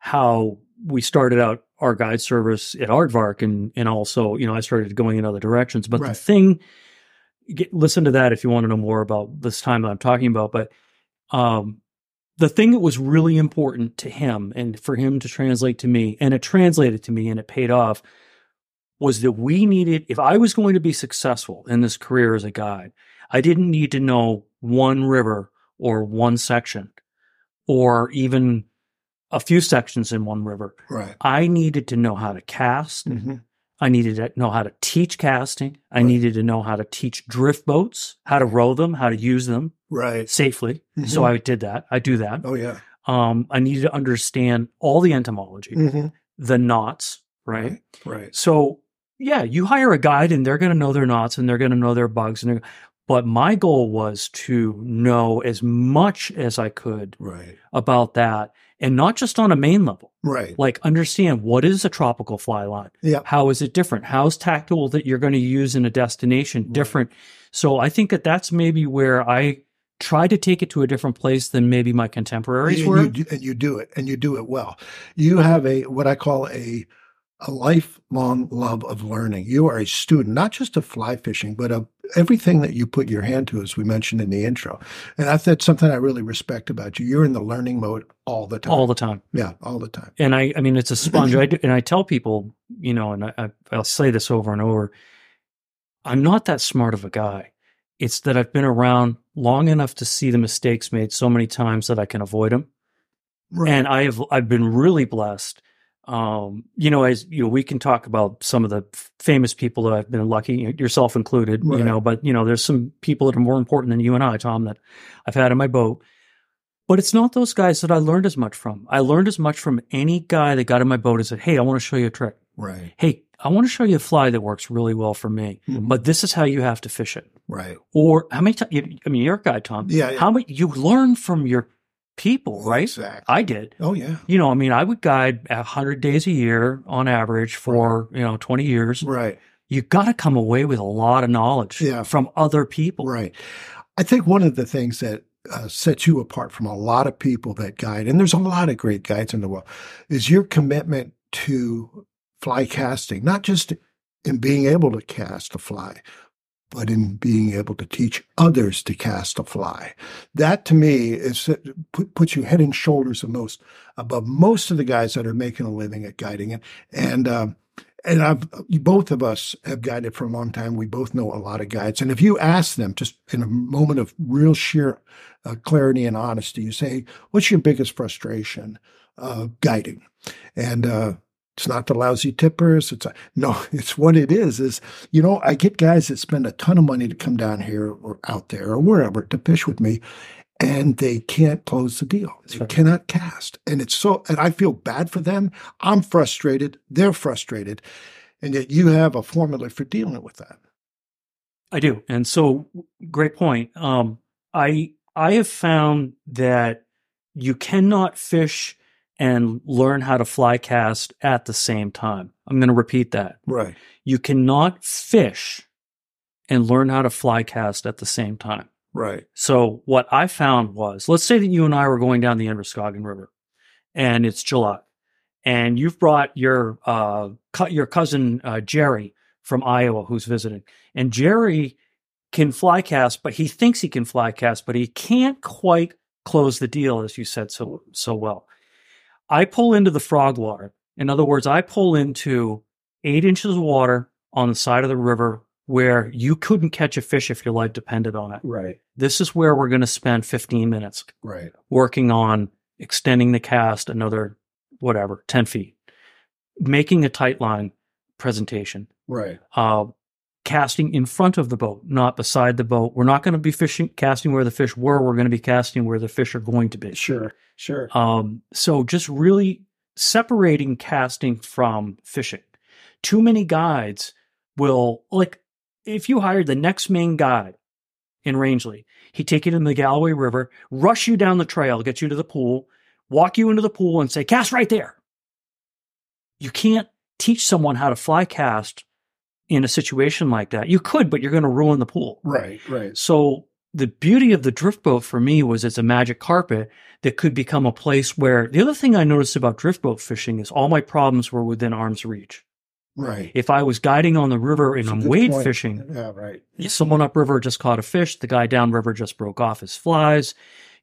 how we started out our guide service at Aardvark, and and also you know I started going in other directions. But the Right. thing, get, listen to that if you want to know more about this time that I'm talking about. But um, the thing that was really important to him and for him to translate to me, and it translated to me, and it paid off. Was that we needed, if I was going to be successful in this career as a guide, I didn't need to know one river or one section or even a few sections in one river. Right. I needed to know how to cast. Mm-hmm. I needed to know how to teach casting. I Right. needed to know how to teach drift boats, how to row them, how to use them Right. safely. So Mm-hmm. I did that. I do that. Oh yeah. Um, I needed to understand all the entomology, the knots, right? Mm. Right. So yeah, you hire a guide and they're going to know their knots and they're going to know their bugs. And they're- but my goal was to know as much as I could Right. about that, and not just on a main level. Right. Like understand what is a tropical fly line. Yeah. How is it different? How's tactile that you're going to use in a destination Right. different? So I think that that's maybe where I try to take it to a different place than maybe my contemporaries and were. you, do- and you do it, and you do it well. You have a what I call a a lifelong love of learning. You are a student, not just of fly fishing, but of everything that you put your hand to, as we mentioned in the intro. And that's, that's something I really respect about you. You're in the learning mode all the time. all the time. yeah, all the time. and I, I mean, it's a sponge. I do, and I tell people, you know, and I, I, I'll say this over and over. I'm not that smart of a guy. It's that I've been around long enough to see the mistakes made so many times that I can avoid them. Right. And I have, I've been really blessed. Um, you know, as you know, we can talk about some of the f- famous people that I've been lucky, yourself included. You Right. know, but you know, there's some people that are more important than you and I, Tom, that I've had in my boat. But it's not those guys that I learned as much from. I learned as much from any guy that got in my boat and said, Hey, I want to show you a trick. right. Hey, I want to show you a fly that works really well for me, Mhm. but this is how you have to fish it. Right. Or how many times, I mean, you're a guy, Tom. Yeah, yeah. How many, you learn from your people, right? Exactly. I did. oh yeah. You know, I mean, I would guide 100 days a year on average for, you know, 20 years. Right. You got to come away with a lot of knowledge Yeah. from other people. Right. I think one of the things that uh, sets you apart from a lot of people that guide, and there's a lot of great guides in the world, is your commitment to fly casting, not just in being able to cast a fly, but in being able to teach others to cast a fly. That to me is put, puts you head and shoulders the most above most of the guys that are making a living at guiding it. And um, and I've both of us have guided for a long time. We both know a lot of guides. And if you ask them, just in a moment of real sheer uh, clarity and honesty, you say, "What's your biggest frustration uh, guiding?" And uh, it's not the lousy tippers. It's a, no. It's what it is. Is you know, I get guys that spend a ton of money to come down here or out there or wherever to fish with me, and they can't close the deal. They right. cannot cast. And it's so, and I feel bad for them. I'm frustrated. They're frustrated. And yet you have a formula for dealing with that. I do. And so great point. Um I I have found that you cannot fish and learn how to fly cast at the same time. I'm going to repeat that. Right. You cannot fish and learn how to fly cast at the same time. Right. So what I found was, let's say that you and I were going down the Androscoggin River, and it's July, and you've brought your uh, cu- your cousin uh, Jerry from Iowa who's visiting, and Jerry can fly cast, but he thinks he can fly cast, but he can't quite close the deal, as you said so so well. I pull into the frog water. In other words, I pull into eight inches of water on the side of the river where you couldn't catch a fish if your life depended on it Right. this is where we're going to spend 15 minutes Right. working on extending the cast another whatever 10 feet making a tight line presentation Right. uh, casting in front of the boat, not beside the boat. We're not going to be fishing, casting where the fish were. We're going to be casting where the fish are going to be. Sure, sure. Um, so just really separating casting from fishing. Too many guides will like if you hired the next main guide in Rangeley, he'd take you to the Galloway River, rush you down the trail, get you to the pool, walk you into the pool and say, cast right there. You can't teach someone how to fly cast in a situation like that. You could, but you're going to ruin the pool. Right, right. So the beauty of the drift boat for me was it's a magic carpet that could become a place where the other thing I noticed about drift boat fishing is all my problems were within arm's reach. Right. If I was guiding on the river and It's a I'm good wade point. fishing, Yeah, right. someone Mm-hmm. upriver just caught a fish, the guy downriver just broke off his flies,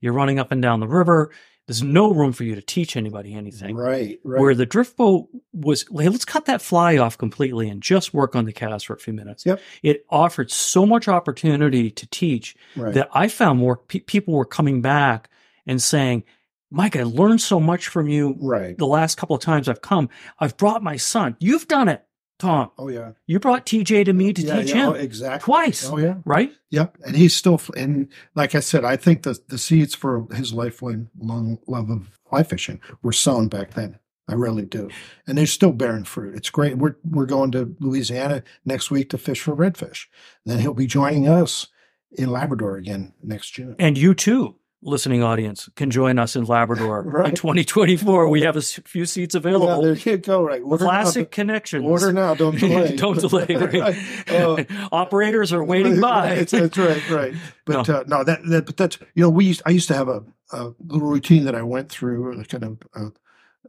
you're running up and down the river. There's no room for you to teach anybody anything. Right, right. Where the drift boat was, hey, let's cut that fly off completely and just work on the cast for a few minutes. Yep. It offered so much opportunity to teach right. that I found more pe- people were coming back and saying, Mike, I learned so much from you right. the last couple of times I've come. I've brought my son. You've done it, Tom. Oh yeah. You brought TJ to me to yeah, teach yeah, oh, him exactly. twice, Oh yeah. right? Yep, and he's still f- and like I said, I think the the seeds for his lifelong long love of fly fishing were sown back then. I really do, and they're still bearing fruit. It's great. We're we're going to Louisiana next week to fish for redfish. Then he'll be joining us in Labrador again next June. And you too, listening audience, can join us in Labrador in Right. 2024. We have a s- few seats Yeah, available. there you go. Right. Order now. Classic connections. Order now. Don't delay. Don't delay. right? Uh, Operators are waiting by. Oh. That's, that's right, right. But uh, no, that, that but that's you know we used, I used to have a, a little routine that I went through, a kind of a,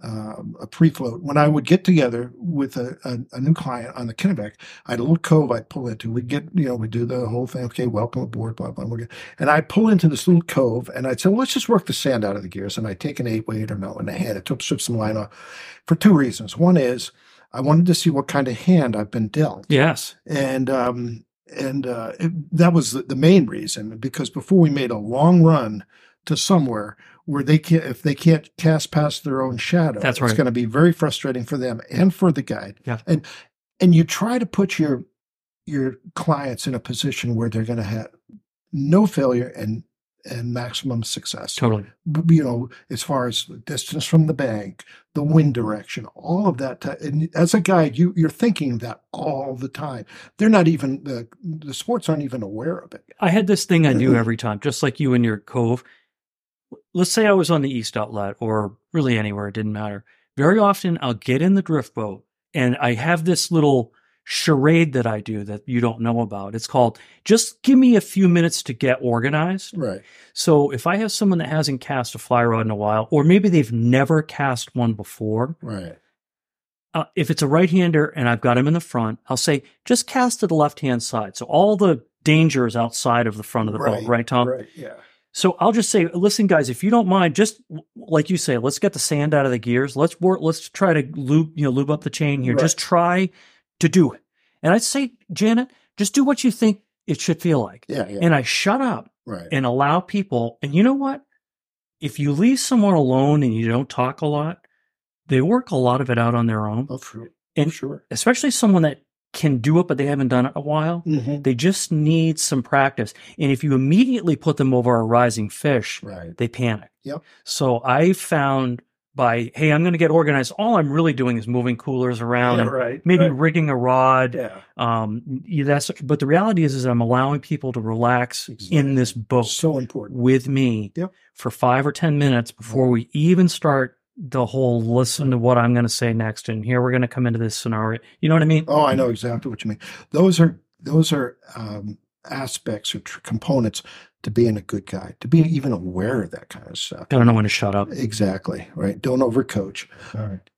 um, a pre-float. When I would get together with a, a, a new client on the Kennebec, I had a little cove I'd pull into. We'd get you know we'd do the whole thing. Okay, welcome aboard, blah blah. blah. And I pull into this little cove, and I'd say, well, let's just work the sand out of the gears. And I take an eight weight or no, and I hand it to strip some line off for two reasons. One is I wanted to see what kind of hand I've been dealt yes. and um, and uh, it, that was the, the main reason because before we made a long run to somewhere where they can't if they can't cast past their own shadow That's it's right. going to be very frustrating for them and for the guide Yeah. and and you try to put your your clients in a position where they're going to have no failure and and maximum success Totally. b- you know, as far as the distance from the bank, the wind direction, all of that. ti- and as a guide, you you're thinking that all the time. They're not even the the sports aren't even aware of it. I had this thing I knew every time, just like you in your cove. Let's say I was on the east outlet or really anywhere, it didn't matter. Very often I'll get in the drift boat and I have this little charade that I do that you don't know about. It's called just give me a few minutes to get organized. right. So if I have someone that hasn't cast a fly rod in a while, or maybe they've never cast one before, Right. uh, if it's a right hander and I've got him in the front, I'll say just cast to the left hand side. So all the danger is outside of the front of the Right, boat, right, Tom? right. Yeah. So I'll just say, listen, guys, if you don't mind, just w- like you say, let's get the sand out of the gears. Let's work. Let's try to lube, you know, lube up the chain here. Right. Just try to do it. And I'd say, Janet, just do what you think it should feel like. Yeah. Yeah. And I shut up right. and allow people. And you know what? If you leave someone alone and you don't talk a lot, they work a lot of it out on their own. oh, sure. And sure. especially someone that can do it, but they haven't done it in a while. Mhm. They just need some practice. And if you immediately put them over a rising fish, Right. they panic. Yep. So I found by, hey, I'm going to get organized. All I'm really doing is moving coolers around Yeah, and right. um, maybe right. rigging a rod. Yeah. Um, you- that's, but the reality is, is I'm allowing people to relax in this boat So important. with me Yep. for five or 10 minutes before we even start the whole listen to what I'm going to say next. And here we're going to come into this scenario. You know what I mean? Oh, I know exactly what you mean. Those are those are um, aspects or tr- components to being a good guy, to being even aware of that kind of stuff. Gotta know when to shut up. Exactly right. Don't overcoach. All right.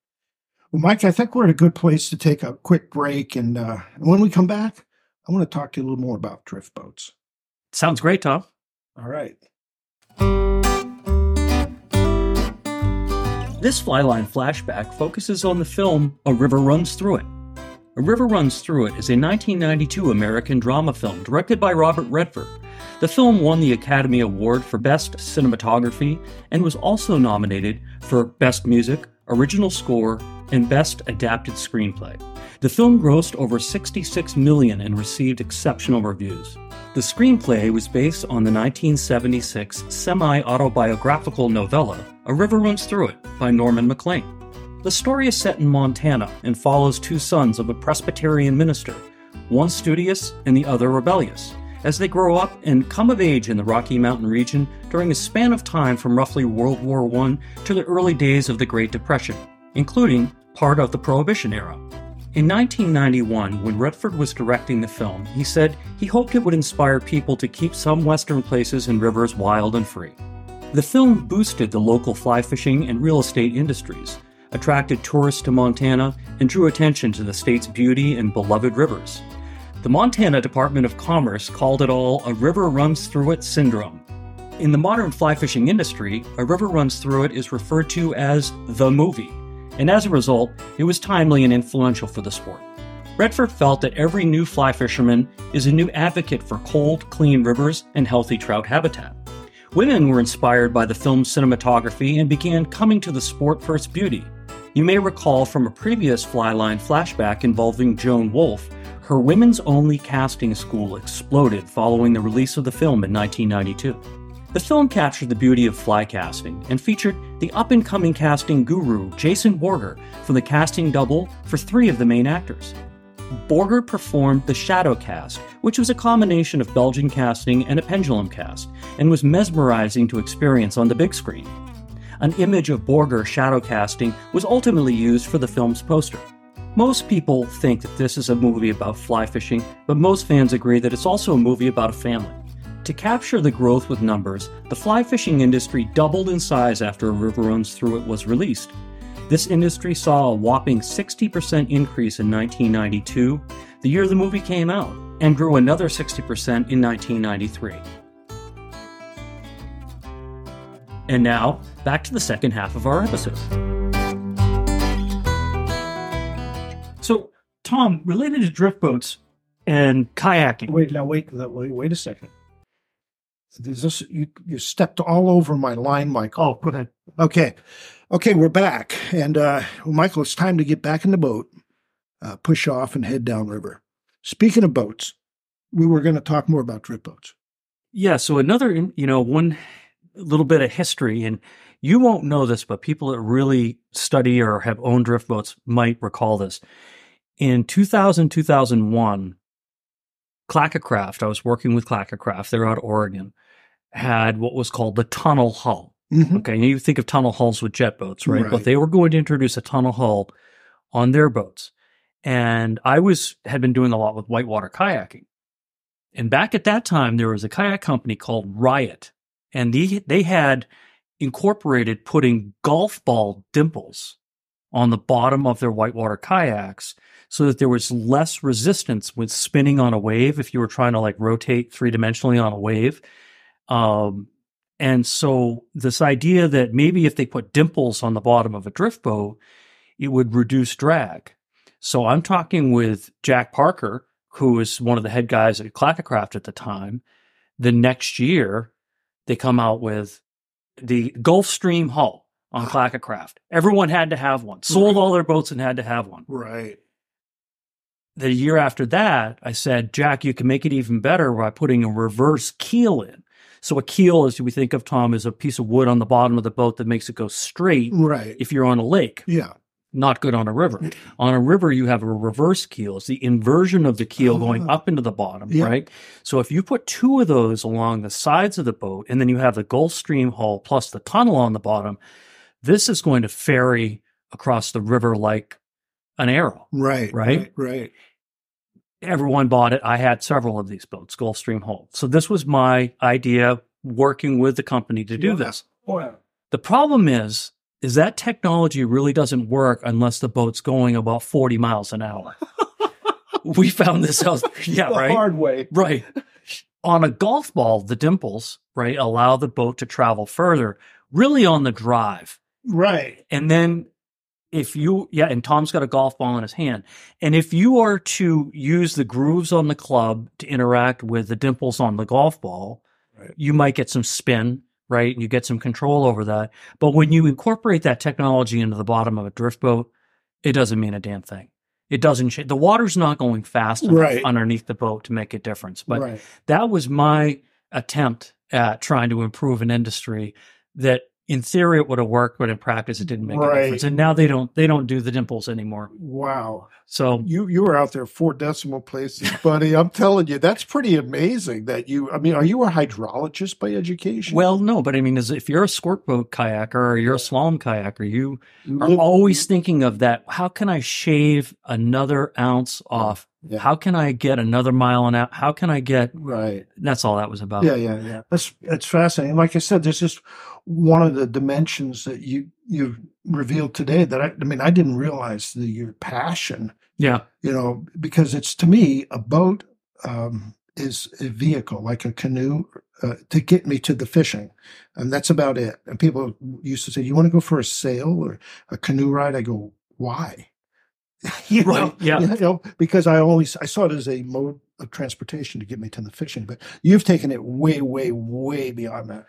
Well, Mike, I think we're at a good place to take a quick break, and uh, when we come back, I want to talk to you a little more about drift boats. Sounds great, Tom. All right. This Flyline flashback focuses on the film A River Runs Through It. A River Runs Through It is a 1992 American drama film directed by Robert Redford. The film won the Academy Award for Best Cinematography and was also nominated for Best Music, Original Score, and Best Adapted Screenplay. The film grossed over 66 million and received exceptional reviews. The screenplay was based on the 1976 semi-autobiographical novella A River Runs Through It by Norman MacLean. The story is set in Montana and follows two sons of a Presbyterian minister, one studious and the other rebellious, as they grow up and come of age in the Rocky Mountain region during a span of time from roughly World War I to the early days of the Great Depression, including part of the Prohibition era. In 1991, when Redford was directing the film, he said he hoped it would inspire people to keep some Western places and rivers wild and free. The film boosted the local fly fishing and real estate industries, attracted tourists to Montana, and drew attention to the state's beauty and beloved rivers. The Montana Department of Commerce called it all a river runs through it syndrome. In the modern fly fishing industry, a river runs through it is referred to as the movie, and as a result, it was timely and influential for the sport. Redford felt that every new fly fisherman is a new advocate for cold, clean rivers and healthy trout habitat. Women were inspired by the film's cinematography and began coming to the sport for its beauty. You may recall from a previous Flyline flashback involving Joan Wolfe, her women's only casting school exploded following the release of the film in 1992. The film captured the beauty of fly casting and featured the up and coming casting guru Jason Borger for the casting double for three of the main actors. Borger performed the shadow cast, which was a combination of Belgian casting and a pendulum cast, and was mesmerizing to experience on the big screen. An image of Borger shadow casting was ultimately used for the film's poster. Most people think that this is a movie about fly fishing, but most fans agree that it's also a movie about a family. To capture the growth with numbers, the fly fishing industry doubled in size after A River Runs Through It was released. This industry saw a whopping 60% increase in 1992, the year the movie came out, and grew another 60% in 1993. And now, back to the second half of our episode. So, Tom, related to drift boats and kayaking. Wait, now wait, that- wait, wait a second. Is this you? You stepped all over my line, Michael. Oh, go ahead. Okay, okay, we're back, and uh, Michael, it's time to get back in the boat, uh, push off, and head downriver. Speaking of boats, we were going to talk more about drift boats. Yeah, so another, you know, one little bit of history, and you won't know this, but people that really study or have owned drift boats might recall this. In 2000, 2001, Clackacraft, I was working with Clackacraft, they're out of Oregon, had what was called the tunnel hull. Mm-hmm. Okay, and you think of tunnel hulls with jet boats, right? Right. But they were going to introduce a tunnel hull on their boats, and I was had been doing a lot with whitewater kayaking, and back at that time there was a kayak company called Riot, and they they had incorporated putting golf ball dimples on the bottom of their whitewater kayaks so that there was less resistance with spinning on a wave if you were trying to like rotate three dimensionally on a wave. Um, and so this idea that maybe if they put dimples on the bottom of a drift boat, it would reduce drag. So I'm talking with Jack Parker, who was one of the head guys at Clackacraft at the time. The next year, they come out with the Gulfstream hull on Clackacraft. Everyone had to have one. Sold all their boats and had to have one Right. the year after that, I said, Jack, you can make it even better by putting a reverse keel in. So a keel, as we think of Tom, is a piece of wood on the bottom of the boat that makes it go straight Right. if you're on a lake. Yeah. Not good on a river. On a river, you have a reverse keel. It's the inversion of the keel going Ah. up into the bottom, Yeah. right? So if you put two of those along the sides of the boat, and then you have the Gulfstream hull plus the tunnel on the bottom, this is going to ferry across the river like an arrow Right. Right? Right. right. everyone bought it. I had several of these boats, Gulfstream Hull. So this was my idea working with the company to do Yeah. this. Wow. The problem is, is that technology really doesn't work unless the boat's going about 40 miles an hour. we found this out. Yeah, the right. hard way. Right. On a golf ball, the dimples, right, allow the boat to travel further, really on the drive. Right. And then if you, yeah, and Tom's got a golf ball in his hand. And if you are to use the grooves on the club to interact with the dimples on the golf ball, Right. you might get some spin, right? And you get some control over that. But when you incorporate that technology into the bottom of a drift boat, it doesn't mean a damn thing. It doesn't change. The water's not going fast enough Right. underneath the boat to make a difference. But right. that was my attempt at trying to improve an industry that in theory it would have worked, but in practice it didn't make a Right. difference. And now they don't they don't do the dimples anymore. Wow. So You you were out there four decimal places, buddy. I'm telling you, that's pretty amazing that you I mean, are you a hydrologist by education? well, no, but I mean, as if you're a squirt boat kayaker or you're a slalom kayaker, you are Live- always thinking of that. How can I shave another ounce off? Yeah. How can I get another mile an hour? How can I get? Right. That's all that was about. Yeah, yeah, yeah. That's that's fascinating. Like I said, this is one of the dimensions that you you've revealed today that I, I mean I didn't realize the, your passion. Yeah. You know, because it's to me a boat um, is a vehicle, like a canoe, uh, to get me to the fishing, and that's about it. And people used to say, "You want to go for a sail or a canoe ride?" I go, "Why?" you know? Right, yeah. You know, because I always I saw it as a mode of transportation to get me to the fishing, but you've taken it way, way, way beyond that.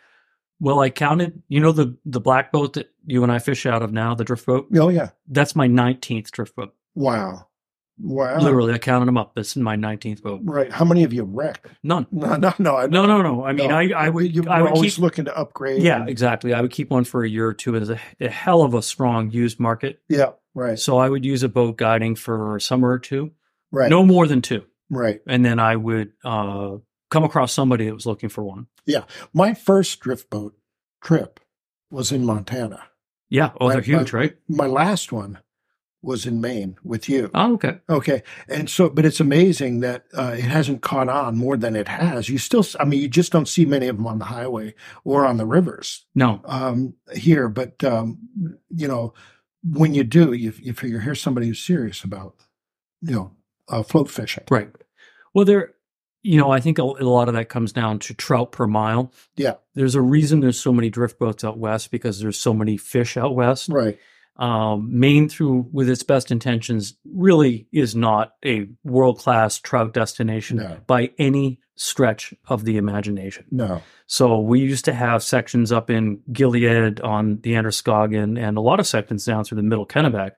Well, I counted. You know the the black boat that you and I fish out of now, the drift boat. Oh yeah. That's my nineteenth drift boat. Wow. Oh. Wow. Literally, I counted them up. This is my nineteenth boat. Right. How many of you wrecked? None. No, no, no. I, No, no, no. I mean, No. I, I would, you I were would always keep. looking to upgrade. Yeah, and- exactly. I would keep one for a year or two. It is a, a hell of a strong used market, yeah. Right. so I would use a boat guiding for a summer or two, Right. no more than two, Right. and then I would uh, come across somebody that was looking for one. My first drift boat trip was in Montana. Yeah. Oh, they're Right, huge, but- right? My last one was in Maine with you. Oh, okay. Okay, and so, but it's amazing that uh, it hasn't caught on more than it has. You still, I mean, you just don't see many of them on the highway or on the rivers No. um, here. But um, you know, when you do, you, you figure here's somebody who's serious about you know uh, float fishing. Right. Well, there, you know, I think a, a lot of that comes down to trout per mile. Yeah. There's a reason there's so many drift boats out west because there's so many fish out west. Right. Um, Maine, through with its best intentions, really is not a world class trout destination No. by any stretch of the imagination. No. So we used to have sections up in Gilead on the Androscoggin and a lot of sections down through the middle Kennebec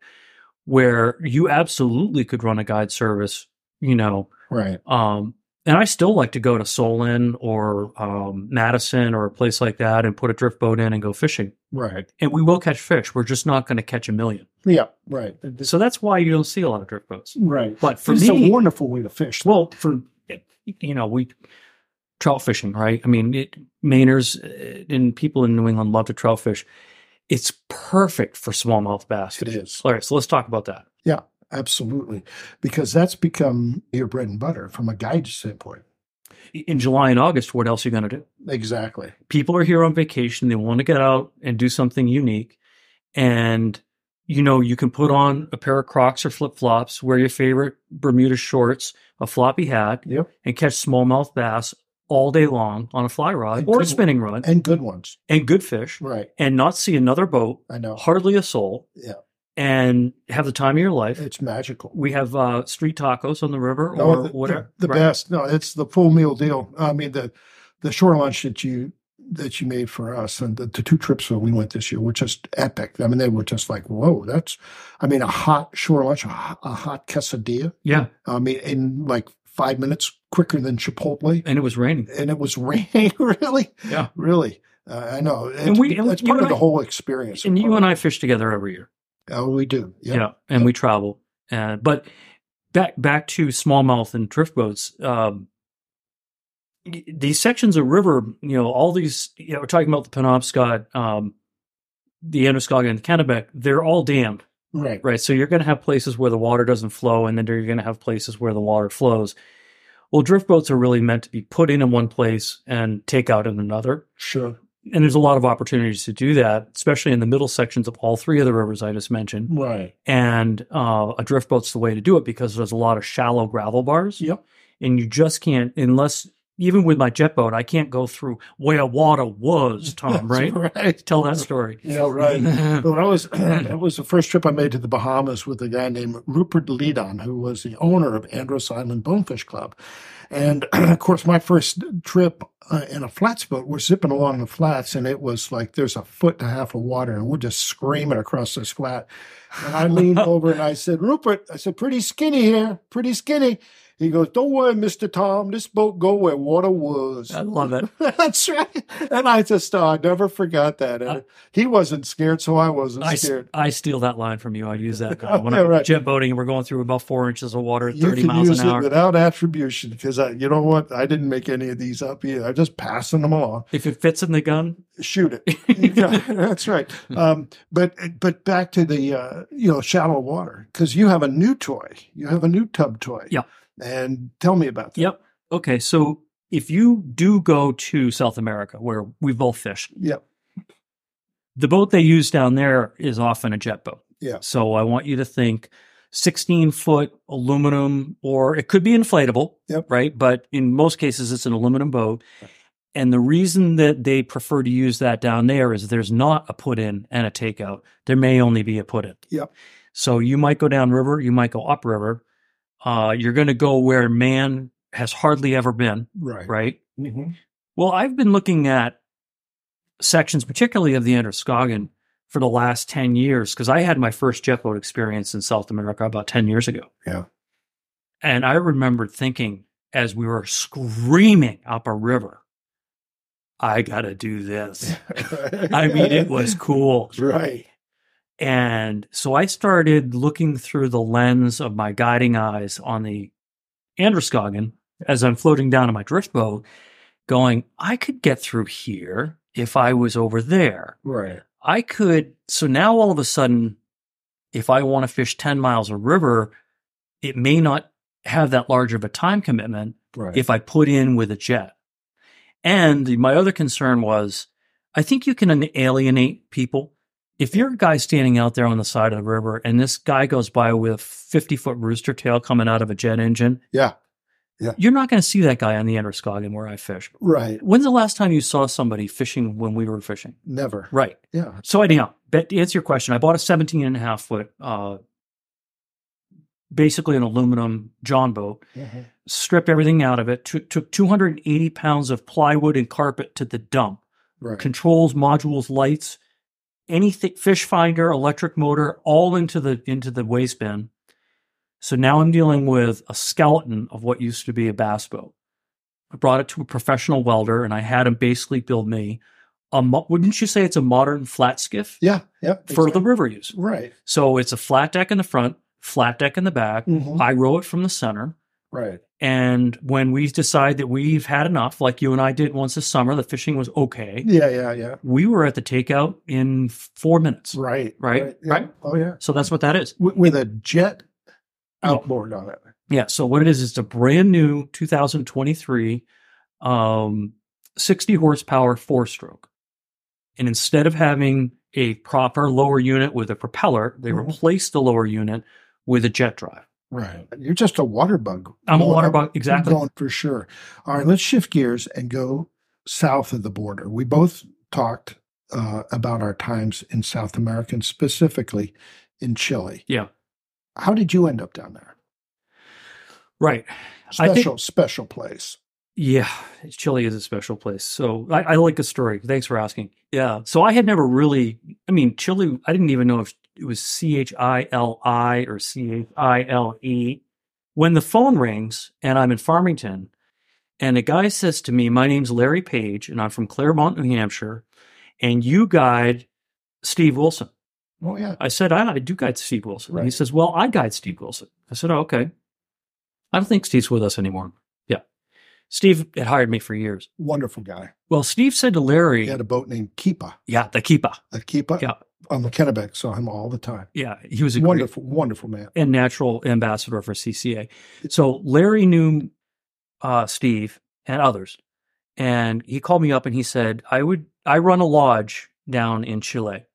where you absolutely could run a guide service, you know, Right. um, and I still like to go to Solon or um, Madison or a place like that and put a drift boat in and go fishing. Right. And we will catch fish. We're just not going to catch a million. Yeah. Right. So that's why you don't see a lot of drift boats. Right. But for it's me, a wonderful way to fish. well, for you know, we trout fishing, right? I mean, it, Mainers uh, and people in New England love to trout fish. It's perfect for smallmouth bass. It is All right, so let's talk about that. absolutely because that's become your bread and butter from a guide standpoint. In July and August, what else are you going to do? Exactly. people are here on vacation they want to get out and do something unique and you know you can put on a pair of crocs or flip-flops wear your favorite bermuda shorts a floppy hat Yep. and catch smallmouth bass all day long on a fly rod And or a good- spinning rod and, And good ones. good fish Right. and not see another boat I know. hardly a soul Yeah. and have the time of your life It's magical. we have uh, street tacos on the river No, or Oh, the, the- whatever The, right? best. No, it's the full meal deal. I mean the the shore lunch that you that you made for us and the, the two trips that we went this year were just epic. I mean they were just like whoa. That's I mean a hot shore lunch, a, hot- a hot quesadilla. yeah I mean in like five minutes quicker than Chipotle. and it was raining And it was raining really. Yeah. Really. Uh, I know. It's, we- and it's you part and of the I- whole experience. and you and i fish together every year Oh, we do. Yeah, and we travel. And but back back to smallmouth and drift boats. Um, y- these sections of river, you know, all these. You know, we're talking about the Penobscot, um, the Androscoggin, and the Kennebec. They're all dammed, Right. right? So you're going to have places where the water doesn't flow, and then you're going to have places where the water flows. Well, drift boats are really meant to be put in in one place and take out in another Sure. and there's a lot of opportunities to do that, especially in the middle sections of all three of the rivers I just mentioned. Right. And uh, a drift boat's the way to do it because there's a lot of shallow gravel bars. Yep. And you just can't, unless even with my jet boat, I can't go through where water was, Tom, right? right. Tell that story. Yeah, right. When I was, that was the first trip I made to the Bahamas with a guy named Rupert Leadon, who was the owner of Andros Island Bonefish Club. And of course, my first trip uh, in a flats boat, we're zipping along the flats, and it was like there's a foot and a half of water, and we're just screaming across this flat. And I leaned over and I said, Rupert, I said, pretty skinny here, pretty skinny. He goes, Don't worry, Mr. Tom, this boat go where water was. I love it. That's right. And I just, oh, I never forgot that. And I- he wasn't scared, so I wasn't Uh, I, scared. I steal that line from you. I use that now. when Yeah, I'm right. jet boating and we're going through about four inches of water at You 30 can miles use an it hour. without attribution because I, you know what? I didn't make any of these up either. I'm just passing them along. If it fits in the gun, shoot it. You got- That's right. Um, but but back to the uh, you know shallow water because you have a new toy. You have a new tub toy. Yeah. And tell me about that. Yep. Okay. So if you do go to South America, where we both fish, Yep. the boat they use down there is often a jet boat. Yeah. So I want you to think 16 foot aluminum, or it could be inflatable. Yep. Right. But in most cases, it's an aluminum boat. And the reason that they prefer to use that down there is there's not a put in and a takeout. There may only be a put in. Yep. So you might go down river, you might go up river. Uh, you're going to go where man has hardly ever been Right. right? Well, I've been looking at sections, particularly of the Androscoggin, for the last 10 years, because I had my first jet boat experience in South America about 10 years ago. Yeah. And I remembered thinking as we were screaming up a river, I got to do this. I mean, it was cool. right. And so I started looking through the lens of my guiding eyes on the Androscoggin as I'm floating down in my drift boat, going, I could get through here if I was over there. Right. I could. So now all of a sudden, if I want to fish 10 miles of river, it may not have that large of a time commitment Right. if I put in with a jet. And my other concern was I think you can alienate people. If you're a guy standing out there on the side of the river and this guy goes by with a 50 foot rooster tail coming out of a jet engine. Yeah. Yeah. You're not going to see that guy on the Androscoggin where I fish. right. When's the last time you saw somebody fishing when we were fishing? Never. Right. Yeah. So anyhow, but to answer your question, I bought a 17 and a half foot, uh, basically an aluminum John boat, Mm-hmm. stripped everything out of it, took, took 280 pounds of plywood and carpet to the dump, Right. controls, modules, lights, anything, fish finder, electric motor, all into the, into the waste bin. So now I'm dealing with a skeleton of what used to be a bass boat. I brought it to a professional welder and I had him basically build me a, mo- wouldn't you say it's a modern flat skiff? yeah. Yep. for the river use. Right. So it's a flat deck in the front, flat deck in the back. Mhm. I row it from the center. Right. And when we decide that we've had enough, like you and I did once this summer, the fishing was okay. Yeah. Yeah. Yeah. We were at the takeout in four minutes. Right. Right. Yeah. Right. Oh yeah. So that's what that is. With, with a jet outboard on it. Yeah. So what it is, it's a brand new 2023 um, 60 horsepower four stroke. And instead of having a proper lower unit with a propeller, they Mhm. replaced the lower unit with a jet drive. Right. You're just a water bug. I'm a Going water up- bug. Exactly. Going for sure. All right, let's shift gears and go south of the border. We both talked uh, about our times in South America, and specifically in Chile. Yeah. How did you end up down there? Right. I Special, think- special place. Yeah. Chile is a special place. So I, I like a story. Thanks for asking. Yeah. So I had never really, I mean, Chile, I didn't even know if it was C H I L I or C H I L E. When the phone rings and I'm in Farmington and a guy says to me, My name's Larry Page and I'm from Claremont, New Hampshire, and you guide Steve Wilson. Oh yeah. I said, "Ah, I, I do guide Steve Wilson. And He Right. says, Well, I guide Steve Wilson. I said, Oh, okay. I don't think Steve's with us anymore. Yeah. Steve had hired me for years. Wonderful guy. Well, Steve said to Larry, He Yeah, had a boat named Keepa. the keeper. A Keepa Yeah. on the Kennebec saw him all the time. Yeah. He was a great Wonderful, wonderful man. and natural ambassador for CCA. So Larry knew uh, Steve and others, and he called me up and he said, "I would I run a lodge down in Chile,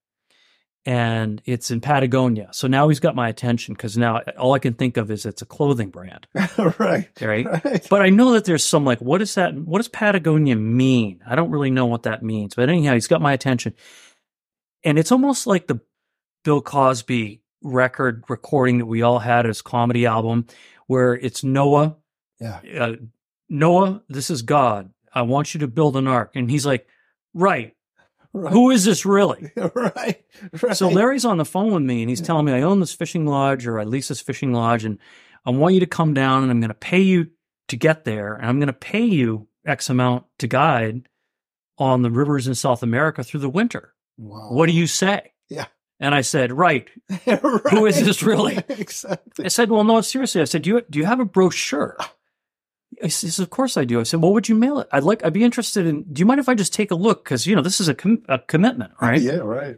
and it's in Patagonia. So now he's got my attention because now all I can think of is it's a clothing brand, right. right? Right. But I know that there's some like, what does that? What does Patagonia mean? I don't really know what that means. But anyhow, he's got my attention, and it's almost like the Bill Cosby record recording that we all had as comedy album, where it's Noah, Yeah. uh, Noah, this is God. I want you to build an ark, and he's like, right. Right. Who is this really? right. Right. So Larry's on the phone with me and he's telling me I own this fishing lodge or I lease this fishing lodge and I want you to come down and I'm going to pay you to get there and I'm going to pay you X amount to guide on the rivers in South America through the winter. Wow. What do you say? Oh. Yeah. And I said, right. Right. Who is this really? exactly. I said, well, no, seriously. I said, do you, do you have a brochure? He says, of course I do. I said, well, would you mail it? I'd like, I'd be interested in, do you mind if I just take a look? Cause you know, this is a, com- a commitment, right? Yeah. Right.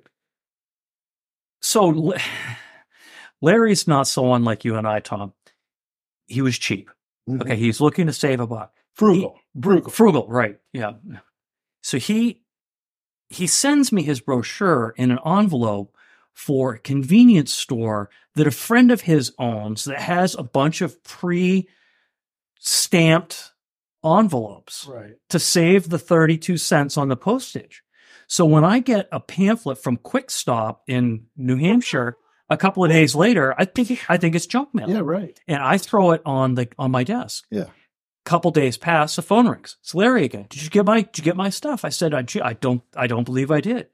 So L- Larry's not someone like you and I, Tom. He was cheap. Mhm. Okay, he's looking to save a buck. Frugal. Frugal. Frugal, right? Yeah. So he he sends me his brochure in an envelope for a convenience store that a friend of his owns that has a bunch of pre-stamped envelopes Right. to save the 32 cents on the postage. So when I get a pamphlet from Quick Stop in New Hampshire a couple of days later, I think I think it's junk mail. Yeah. Right. And I throw it on the on my desk. Yeah. Couple days pass, the phone rings. It's Larry again. Did you get my did you get my stuff? I said, I, gee, I don't I don't believe I did.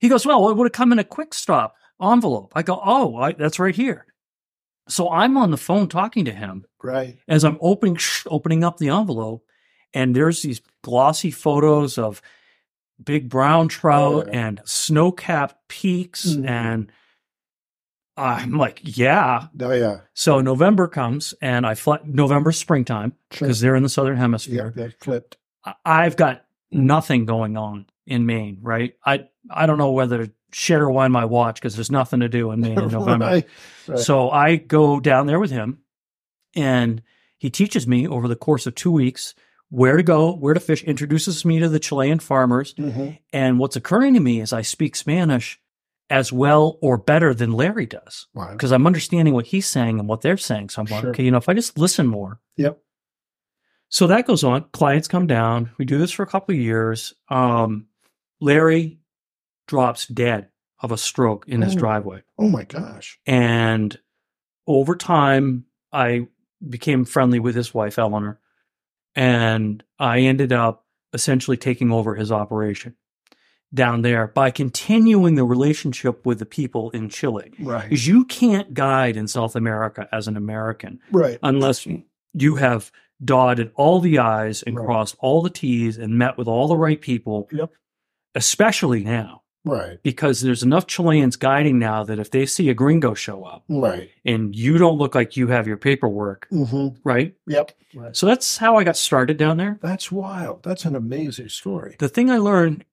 He goes, Well, it would have come in a quick stop envelope. I go, Oh, I, that's right here. So I'm on the phone talking to him Right. as I'm opening opening up the envelope, and there's these glossy photos of big brown trout Oh, and snow capped peaks, Mhm. and I'm like, yeah. Oh yeah. So November comes, and I fly November springtime Sure. because they're in the southern Yeah. hemisphere. That flipped. I- I've got nothing going on in Maine, right? I I don't know whether to shit or wind my watch because there's nothing to do in Maine in November. Right. Right. So I go down there with him and he teaches me over the course of two weeks where to go, where to fish, introduces me to the Chilean farmers. Mhm. And what's occurring to me is I speak Spanish as well or better than Larry does Wow. because I'm understanding what he's saying and what they're saying. So I'm like, Sure. okay, you know, if I just listen more. Yep. So that goes on. Clients come down. We do this for a couple of years. Um, Larry drops dead of a stroke in his Oh. driveway. Oh my gosh. And over time, I became friendly with his wife, Eleanor, and I ended up essentially taking over his operation down there by continuing the relationship with the people in Chile. Right. Because you can't guide in South America as an American Right. unless you have dotted all the I's and Right. crossed all the T's and met with all the right people, Yep. especially now, Right. because there's enough Chileans guiding now that if they see a gringo show up, Right. and you don't look like you have your paperwork, hmm right? Yep. Right. So that's how I got started down there. That's wild. That's an amazing story. The thing I learned,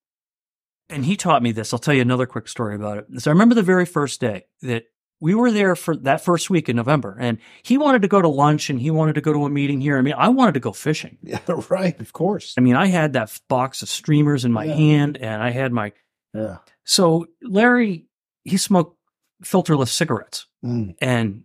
and he taught me this, I'll tell you another quick story about it. So I remember the very first day that we were there for that first week in November, and he wanted to go to lunch and he wanted to go to a meeting here. I mean, I wanted to go fishing. Yeah. Right. Of course. I mean, I had that box of streamers in my Yeah. hand and I had my. Yeah. So Larry, he smoked filterless cigarettes. Mm. And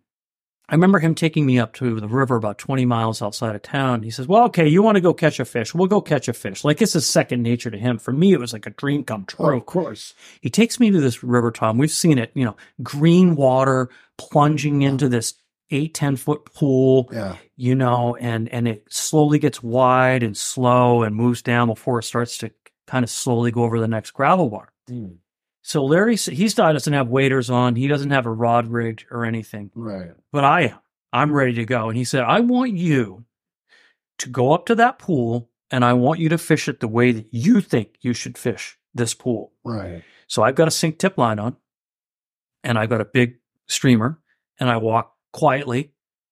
I remember him taking me up to the river about 20 miles outside of town. He says, Well, okay, you want to go catch a fish? We'll go catch a fish. Like this is second nature to him. For me, it was like a dream come Oh, true. of course. He takes me to this river, Tom. We've seen it, you know, green water plunging into this eight, 10 foot pool, Yeah. you know, and, and it slowly gets wide and slow and moves down before it starts to kind of slowly go over the next gravel bar. Hmm. So Larry, s- he's not, doesn't have waders on. He doesn't have a rod rigged or anything Right. but I am. I'm ready to go. And he said, I want you to go up to that pool and I want you to fish it the way that you think you should fish this pool. Right. So I've got a sink tip line on and I've got a big streamer and I walk quietly,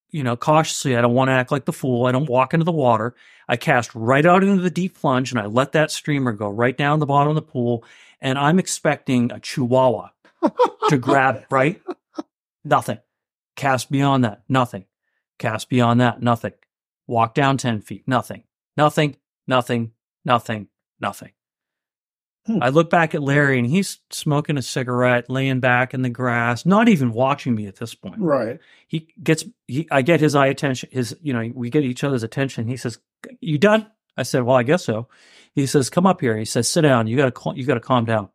you know, cautiously. I don't want to act like the fool. I don't walk into the water. I cast right out into the deep plunge and I let that streamer go right down the bottom of the pool. And I'm expecting a chihuahua to grab it, right? Nothing. Cast beyond that, nothing. Cast beyond that, nothing. Walk down 10 feet, nothing. Nothing, nothing, nothing, nothing. Hmm. I look back at Larry and he's smoking a cigarette, laying back in the grass, not even watching me at this point. Right. He gets he I get his eye attention, his you know, we get each other's attention. He says, "You done?" I said, "Well, I guess so." He says, "Come up here." He says, "Sit down. You got to cal- you got to calm down."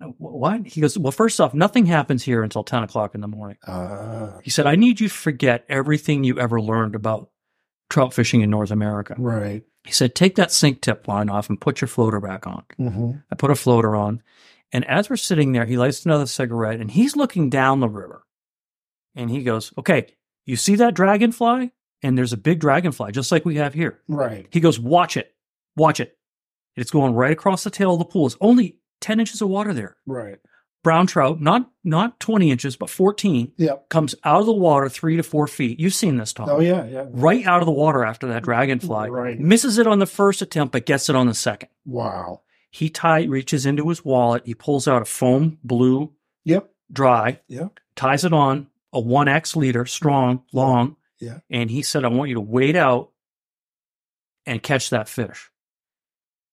"Uh, "Wh- What? He goes, "Well, first off, nothing happens here until 10 o'clock in the morning." Uh, He said, "I need you to forget everything you ever learned about trout fishing in North America." right. He said, "Take that sink tip line off and put your floater back on." hmm I put a floater on. And as we're sitting there, he lights another cigarette and he's looking down the river. And he goes, Okay, you see that dragonfly? And there's a big dragonfly, just like we have here. Right. He goes, Watch it. Watch it. It's going right across the tail of the pool. It's only 10 inches of water there. Right. Brown trout, not not 20 inches, but 14, Yep. comes out of the water three to four feet. You've seen this, Tom. Oh yeah. Yeah. Right out of the water after that dragonfly. Right. Misses it on the first attempt, but gets it on the second Wow. he tie reaches into his wallet he pulls out a foam blue Yep. dry Yep. ties it on a 1x leader strong long Yeah. and he said i want you to wade out and catch that fish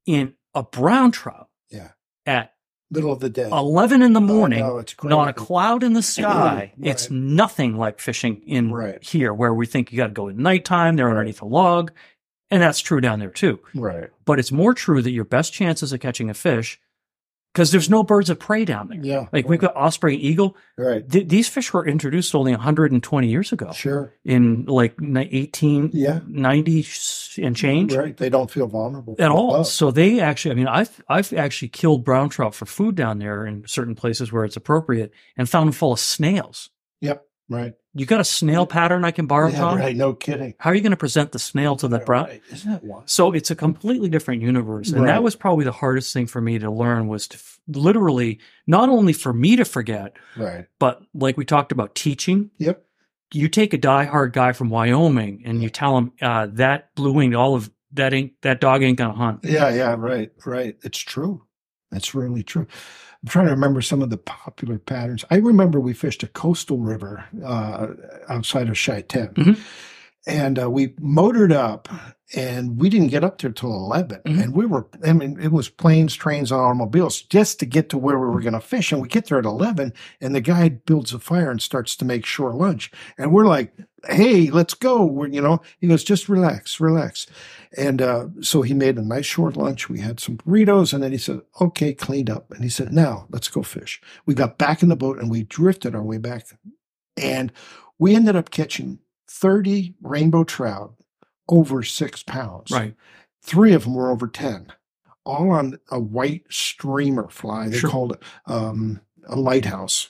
in a brown trout Yeah. at Middle of the day. 11 in the morning Oh, no, it's crazy. not a cloud in the sky Right. it's nothing like fishing in Right. here where we think you got to go at nighttime they're underneath a log and that's true down there too Right. but it's more true that your best chances of catching a fish because there's no birds of prey down there. Yeah. Like we've got osprey and eagle. Right. Th- these fish were introduced only 120 years ago Sure. in like ni- 1890 Yeah. s- and change Right. They don't feel vulnerable at all. Oh, So they actually, I mean, I've, I've actually killed brown trout for food down there in certain places where it's appropriate and found them full of snails. Right. You got a snail pattern I can borrow, Yeah, Tom? right. No kidding. How are you going to present the snail to the brown? Right. Isn't that wild? So it's a completely different universe. And Right. that was probably the hardest thing for me to learn was to f- literally not only for me to forget, Right. but like we talked about teaching. Yep. You take a diehard guy from Wyoming and you tell him uh, that blue winged olive, that ain't, that dog ain't going to hunt. Yeah, yeah, right, right. It's true. That's really true. I'm trying to remember some of the popular patterns. I remember we fished a coastal river uh, outside of Chi-Tem. Mhm. And uh, we motored up, and we didn't get up there till 11. Mhm. And we were, I mean, it was planes, trains, and automobiles just to get to where we were going to fish. And we get there at 11, and the guy builds a fire and starts to make shore lunch. And we're like, hey, let's go. We're, you know, he goes, just relax, relax. And uh, so he made a nice short lunch. We had some burritos, and then he said, "Okay, cleaned up." And he said, "Now let's go fish." We got back in the boat and we drifted our way back, and we ended up catching thirty rainbow trout over six pounds. Right. Three of them were over ten, all on a white streamer fly. They Sure. called it um, a lighthouse,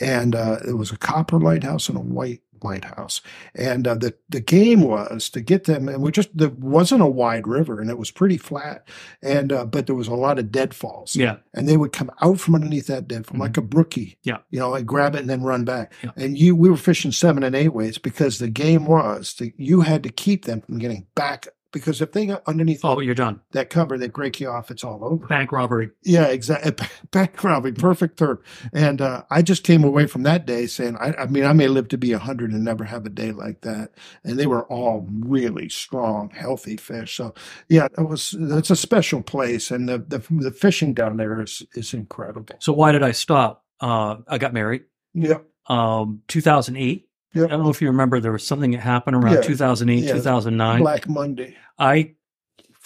and uh, it was a copper lighthouse and a white lighthouse. And uh, the the game was to get them, and we just there wasn't a wide river, and it was pretty flat, and uh, but there was a lot of deadfalls, Yeah. and they would come out from underneath that deadfall Mhm. like a brookie, Yeah. you know, and grab it and then run back. Yeah. And you, we were fishing seven and eight ways because the game was that you had to keep them from getting back because if they got underneath Oh, but you're done. that cover, they break you off. It's all over. Bank robbery. Yeah, exactly. Back robbery, perfect term. And uh, I just came away from that day saying, I, I mean, I may live to be 100 and never have a day like that. And they were all really strong, healthy fish. So, yeah, it was, it's a special place. And the, the, the fishing down there is, is incredible. So why did I stop? Uh, I got married. Yep. Um, 2008. Yep. I don't know if you remember, there was something that happened around Yeah. 2008, Yeah. 2009. Black Monday. I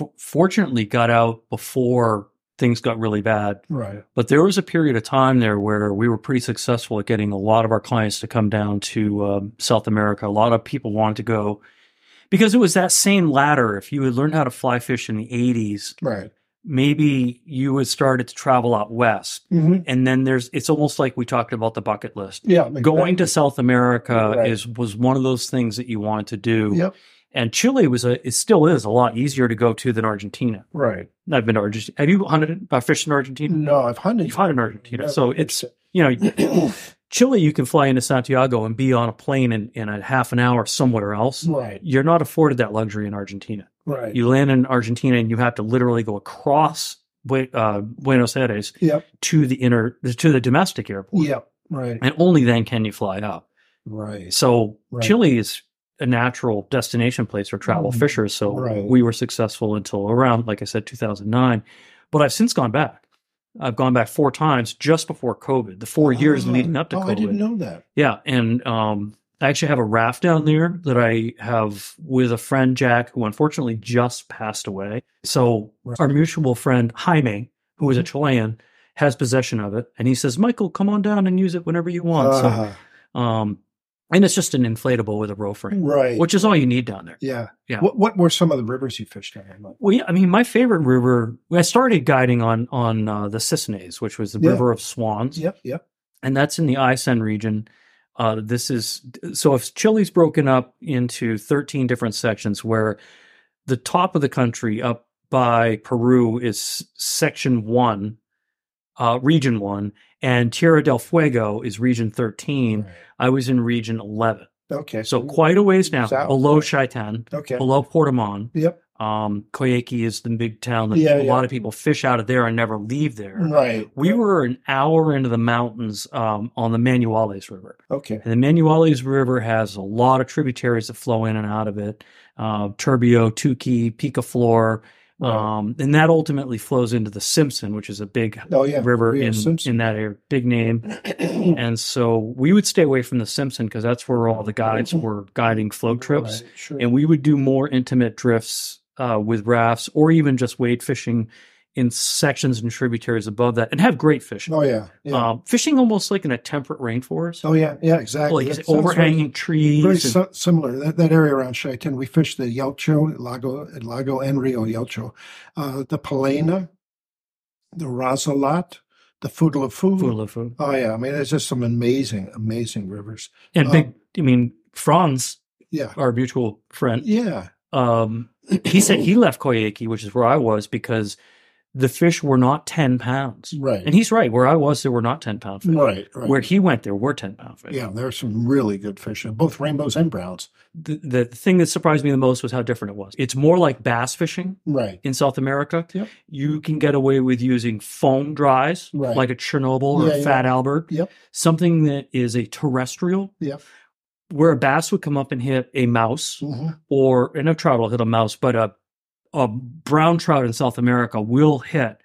f- fortunately got out before things got really bad. Right. But there was a period of time there where we were pretty successful at getting a lot of our clients to come down to um, South America. A lot of people wanted to go because it was that same ladder. If you had learned how to fly fish in the 80s, Right. maybe you had started to travel out west. Mm-hmm. And then there's, it's almost like we talked about the bucket list. Yeah. exactly. Going to South America Right. is was one of those things that you wanted to do. Yep. And Chile was a, it still is a lot easier to go to than Argentina. Right. I've been to Argentina. Have you hunted, uh, fished in Argentina? No, I've hunted. You've hunted in Argentina. Never So it's, fished you know, it. Chile, you can fly into Santiago and be on a plane in, in a half an hour somewhere else. right. You're not afforded that luxury in Argentina. Right. You land in Argentina and you have to literally go across Bu- uh, Buenos Aires Yep. to the inner to the domestic airport, Yep. Right. and only then can you fly out. Right. So Right. Chile is a natural destination place for travel Mm, fishers. So right. we were successful until around, like I said, 2009. But I've since gone back. I've gone back four times just before COVID, the four years Oh, leading up to oh, COVID. I didn't know that. Yeah, and um, I actually have a raft down there that I have with a friend Jack, who unfortunately just passed away. So Right. Mm-hmm. our mutual friend Jaime, who is a Chilean, has possession of it, and he says, "Michael, come on down and use it whenever you want." Uh, So, um, and it's just an inflatable with a row frame, right. which is all you need down there. yeah. Yeah. What What were some of the rivers you fished on? Like, Well, yeah, I mean, my favorite river. I started guiding on on uh, the Cisnes, which was the Yeah. River of Swans. yep. Yep. and that's in the ISEN region. Uh, this is so if Chile's broken up into 13 different sections, where the top of the country up by Peru is section one, uh, region one, and Tierra del Fuego is region 13. Right. I was in region 11, Okay. so quite a ways now, South. below Shaitan, Okay. below Portamon. Yep. Um, Coyhaique is the big town that Yeah, a yeah. lot of people fish out of there and never leave there. Right. We were an hour into the mountains um, on the Manuales River. Okay. And the Manuales River has a lot of tributaries that flow in and out of it uh, Turbio, Tuqui, Picaflor. Um, and that ultimately flows into the Simpson, which is a big Oh yeah. river Rio in, Simpson. in that area, big name. And so we would stay away from the Simpson because that's where all the guides were guiding float trips Right, sure. and we would do more intimate drifts uh, with rafts or even just wade fishing in sections and tributaries above that and have great fishing. oh yeah. Yeah. Um, fishing almost like in a temperate rainforest, oh yeah. Yeah. Exactly. like That it's sounds very- overhanging trees. Very and- si- similar. That, that area around Shaitan, we fished the Yelcho, Lago, Lago and Rio Yelcho, uh, the Palena, the Razalat, the Fudlafu. Fulafu. Oh, yeah. I mean, it's just some amazing, amazing rivers. and Um, big, I mean, Franz, Yeah. our mutual friend, Yeah. um, he said he left Koyaki, which is where I was, because the fish were not 10 pounds. Right. And he's right. Where I was, there were not 10 pound fish. right. Right. Where he went, there were 10 pound fish. yeah. There are some really good fish, both rainbows and browns. the, the thing that surprised me the most was how different it was. It's more like bass fishing Right. in South America. Yep. You can get away with using foam dries, Right. like a Chernobyl or Yeah, a yeah. Fat Albert, Yep. something that is a terrestrial. Yep. Where a bass would come up and hit a mouse, Mhm. or and a trout will hit a mouse, but a a brown trout in South America will hit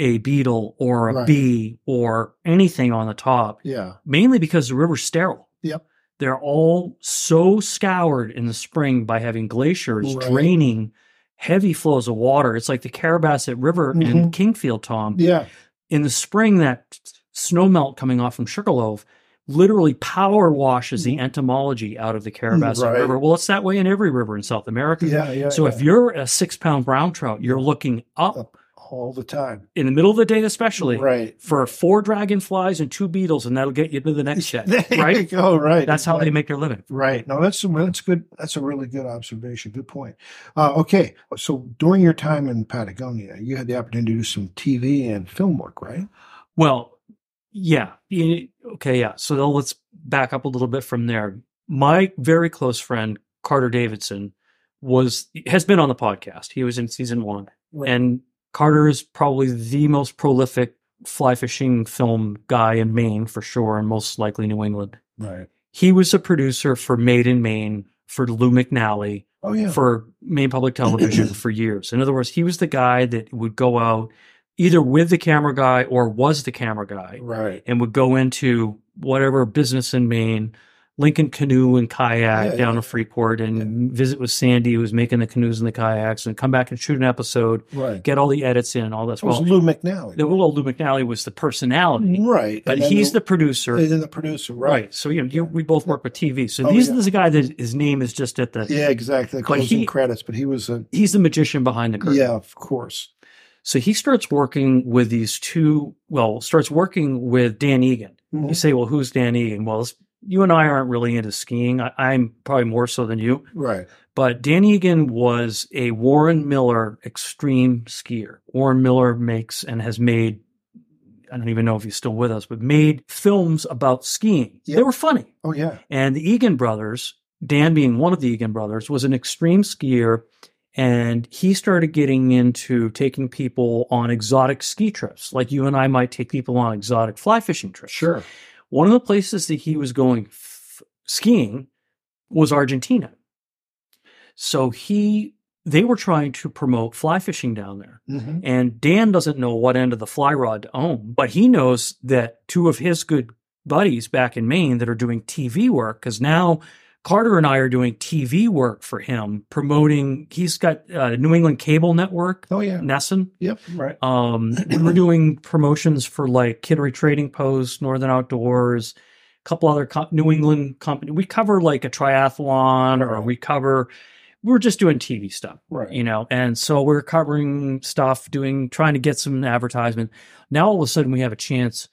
a beetle or a Right. bee or anything on the top Yeah. mainly because the river's sterile. Yep. They're all so scoured in the spring by having glaciers Right. draining heavy flows of water. It's like the Carabasset River in Kingfield, Tom. Mm-hmm. Yeah. In the spring, that s- snowmelt coming off from Sugarloaf literally power washes the entomology out of the Carabasset Mm-hmm. Mm, Right. River. Well, it's that way in every river in South America. Yeah. Yeah. So yeah. if you're a six pound brown trout, you're looking up Up. all the time. in the middle of the day, especially Right. for four dragonflies and two beetles, and that'll get you to the next shed, right? Oh, right. That's how Right. they make their living. Right. No, that's well, that's good. That's a really good observation. Good point. Uh, okay, so during your time in Patagonia, you had the opportunity to do some TV and film work, right? Well, yeah. y- Okay, yeah. So then let's back up a little bit from there. My very close friend Carter Davidson was has been on the podcast. He was in season 1. Right. And Carter is probably the most prolific fly fishing film guy in Maine for sure and most likely New England. Right. He was a producer for Made in Maine for Lou McNally. Oh yeah. for Maine Public Television for years. In other words, he was the guy that would go out either with the camera guy or was the camera guy right. and would go into whatever business in Maine, Lincoln Canoe and Kayak Yeah, down yeah. to Freeport and visit with Sandy, who was making the canoes and the kayaks, and come back and shoot an episode, Right. get all the edits in and all that. It was Well, Lou McNally. the well, Lou McNally was the personality, right. but Mm-hmm. and then he's the, producer. and then the producer. Right. So, you know, you, we both work with TV. So, Oh, these, yeah. this is a guy that his name is just at the, Yeah, exactly. But Closing he- credits, but he was a he's the magician behind the curtain. yeah, of course. So he starts working with these two, well, starts working with Dan Egan. You say, well, who's Dan Egan? Well, it's- you and I aren't really into skiing. I, I'm probably more so than you. Right. But Dan Egan was a Warren Miller extreme skier. Warren Miller makes and has made, I don't even know if he's still with us, but made films about skiing. Yeah. They were funny. Oh yeah. And the Egan brothers, Dan being one of the Egan brothers, was an extreme skier. And he started getting into taking people on exotic ski trips, like you and I might take people on exotic fly fishing trips. One of the places that he was going f- skiing was Argentina. So he they were trying to promote fly fishing down there. Mm-hmm. And Dan doesn't know what end of the fly rod to own, but he knows that two of his good buddies back in Maine that are doing TV work, because now Carter and I are doing TV work for him, promoting. He's got uh, New England Cable Network, Oh yeah. Nesson. Yep. Right. Um, we were doing promotions for like Kittery Trading Post, Northern Outdoors, a couple other co- New England company. We cover like a triathlon, or we cover. We were just doing TV stuff Right. you know and so we're covering stuff doing trying to get some advertisement now all of a sudden we have a chance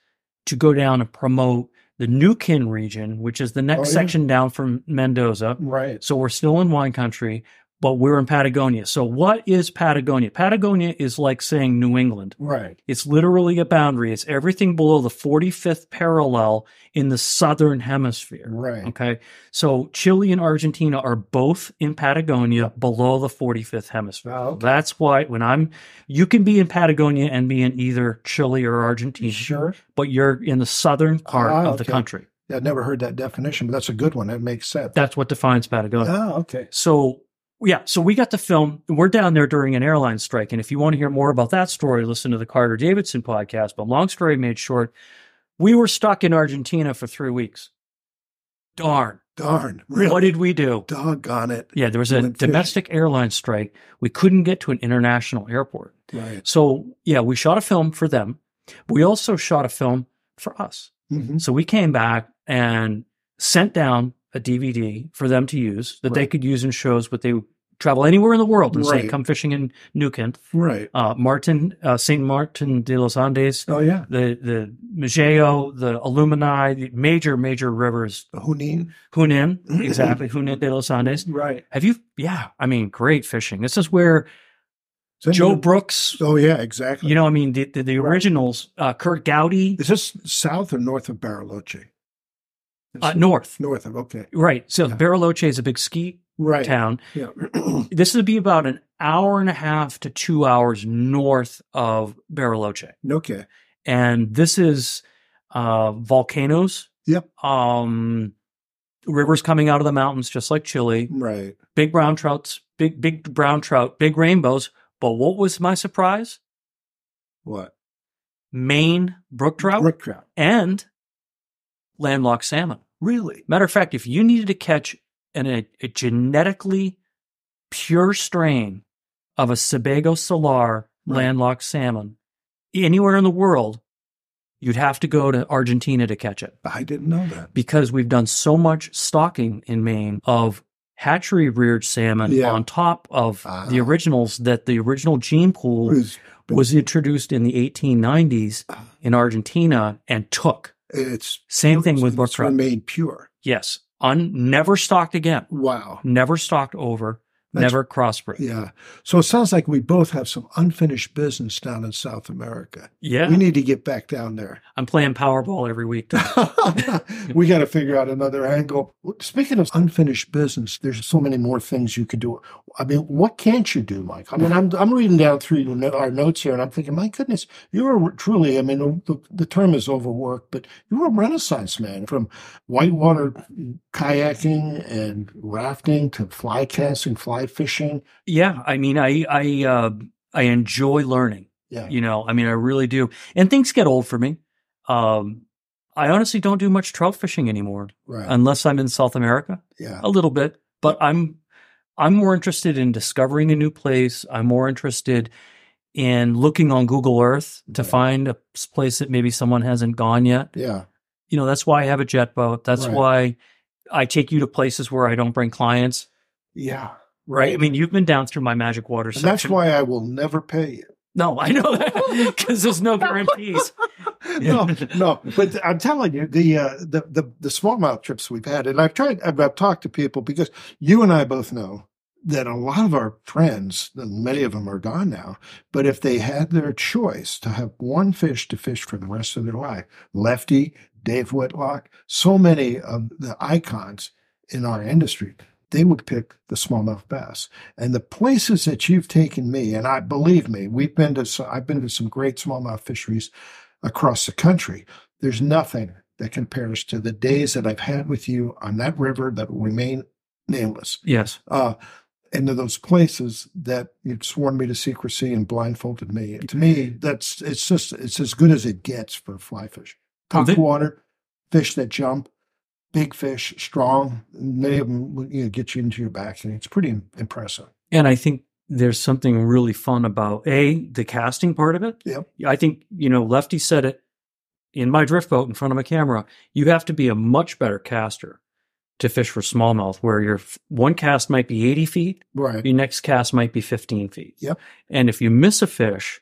to go down and promote the newkin region which is the next Oh, yeah. section down from mendoza Right. so we're still in wine country but we're in patagonia so what is patagonia patagonia is like saying new england Right. it's literally a boundary it's everything below the 45th parallel in the southern hemisphere Right. Okay. So Chile and Argentina are both in Patagonia below the 45th hemisphere. Oh, okay. That's why when I'm, you can be in Patagonia and be in either Chile or Argentina, Sure. but you're in the southern part Ah, of the okay. country. Yeah, I've never heard that definition, but that's a good one. That makes sense. That's what defines Patagonia. oh, okay. So, yeah. So we got to film. We're down there during an airline strike. And if you want to hear more about that story, listen to the Carter Davidson podcast. But long story made short, we were stuck in Argentina for three weeks. Darn. Darn, really? What did we do? Doggone it. Yeah, there was a went fishing. domestic airline strike. We couldn't get to an international airport. Right. So, yeah, we shot a film for them. We also shot a film for us. Mhm. So we came back and sent down a DVD for them to use that they Right. could use in shows, but they would travel anywhere in the world and say, Right. come fishing in Newcomb. Right. Uh, Martin, uh, St. Martin de los Andes, Oh yeah. the, the Mageo, the Alumni, the major, major rivers, The Hunin. Hunan, exactly, Hunan de los Andes. Right. Have you? Yeah, I mean, great fishing. This is where Is that Joe your- Brooks, Oh, yeah, exactly. you know, I mean, the the, the originals, uh, Kurt Gowdy, Is this south or north of Bariloche? uh, North, North of, okay. right? So Yeah. Bariloche is a big ski Right. town. Yeah. This would be about an hour and a half to two hours north of Bariloche, okay. and this is uh, volcanoes. Yep. Um, rivers coming out of the mountains, just like Chile. Right. big brown trouts, big big brown trout, big rainbows. But what was my surprise? What? Maine brook trout Brook trout. and landlocked salmon. Really? Matter of fact, if you needed to catch an, a, a genetically pure strain of a Sebago Salar Right. landlocked salmon anywhere in the world, you'd have to go to Argentina to catch it I didn't know that. because we've done so much stocking in Maine of hatchery reared salmon Yeah. on top of Ah. the originals that the original gene pool It's- was introduced in the 1890s Ah. in Argentina and took. It's Same thing with it's brook trout. remained pure. Yes, un never stocked again. Wow. Never stocked over. That's- never crossbred. Yeah. So it sounds like we both have some unfinished business down in South America. Yeah, We need to get back down there. I'm playing Powerball every week. we got to figure out another angle. Speaking of unfinished business, there's so many more things you could do. I mean, what can't you do, Mike? I mean, I'm I'm reading down through your no- our notes here, and I'm thinking, my goodness, you were truly. I mean, the, the term is overworked, but you were a renaissance man from whitewater kayaking and rafting to fly casting, fly fishing. yeah, I mean, I I uh, I enjoy learning. Yeah, You know, I mean, I really do. And things get old for me. Um, I honestly don't do much trout fishing anymore, Right. unless I'm in South America yeah. a little bit. But I'm I'm more interested in discovering a new place. I'm more interested in looking on Google Earth to Right. find a s- place that maybe someone hasn't gone yet. Yeah. You know, that's why I have a jet boat. That's Right. why I take you to places where I don't bring clients. Yeah. Right. I mean, you've been down through my magic water And section. that's why I will never pay you. No, I know that because there's no guarantees. no, no. But I'm telling you, the uh, the the the smallmouth trips we've had, and I've tried, I've, I've talked to people because you and I both know that a lot of our friends, and many of them are gone now, but if they had their choice to have one fish to fish for the rest of their life, Lefty, Dave Whitlock, so many of the icons in our industry. They would pick the smallmouth bass, and the places that you've taken me, and I believe me, we've been to. Some, I've been to some great smallmouth fisheries across the country. There's nothing that compares to the days that I've had with you on that river that will remain nameless. Yes. Uh, into those places that you've sworn me to secrecy and blindfolded me. To me, that's it's just it's as good as it gets for fly fishing. Well, Tough they- water, fish that jump, big fish, strong. Many of them you know, get you into your back, and it's pretty impressive. And I think there's something really fun about A, the casting part of it. Yep. I think, you know, Lefty said it in my drift boat in front of a camera. You have to be a much better caster to fish for smallmouth, where your f- one cast might be 80 feet, Right. your next cast might be 15 feet. Yep. And if you miss a fish,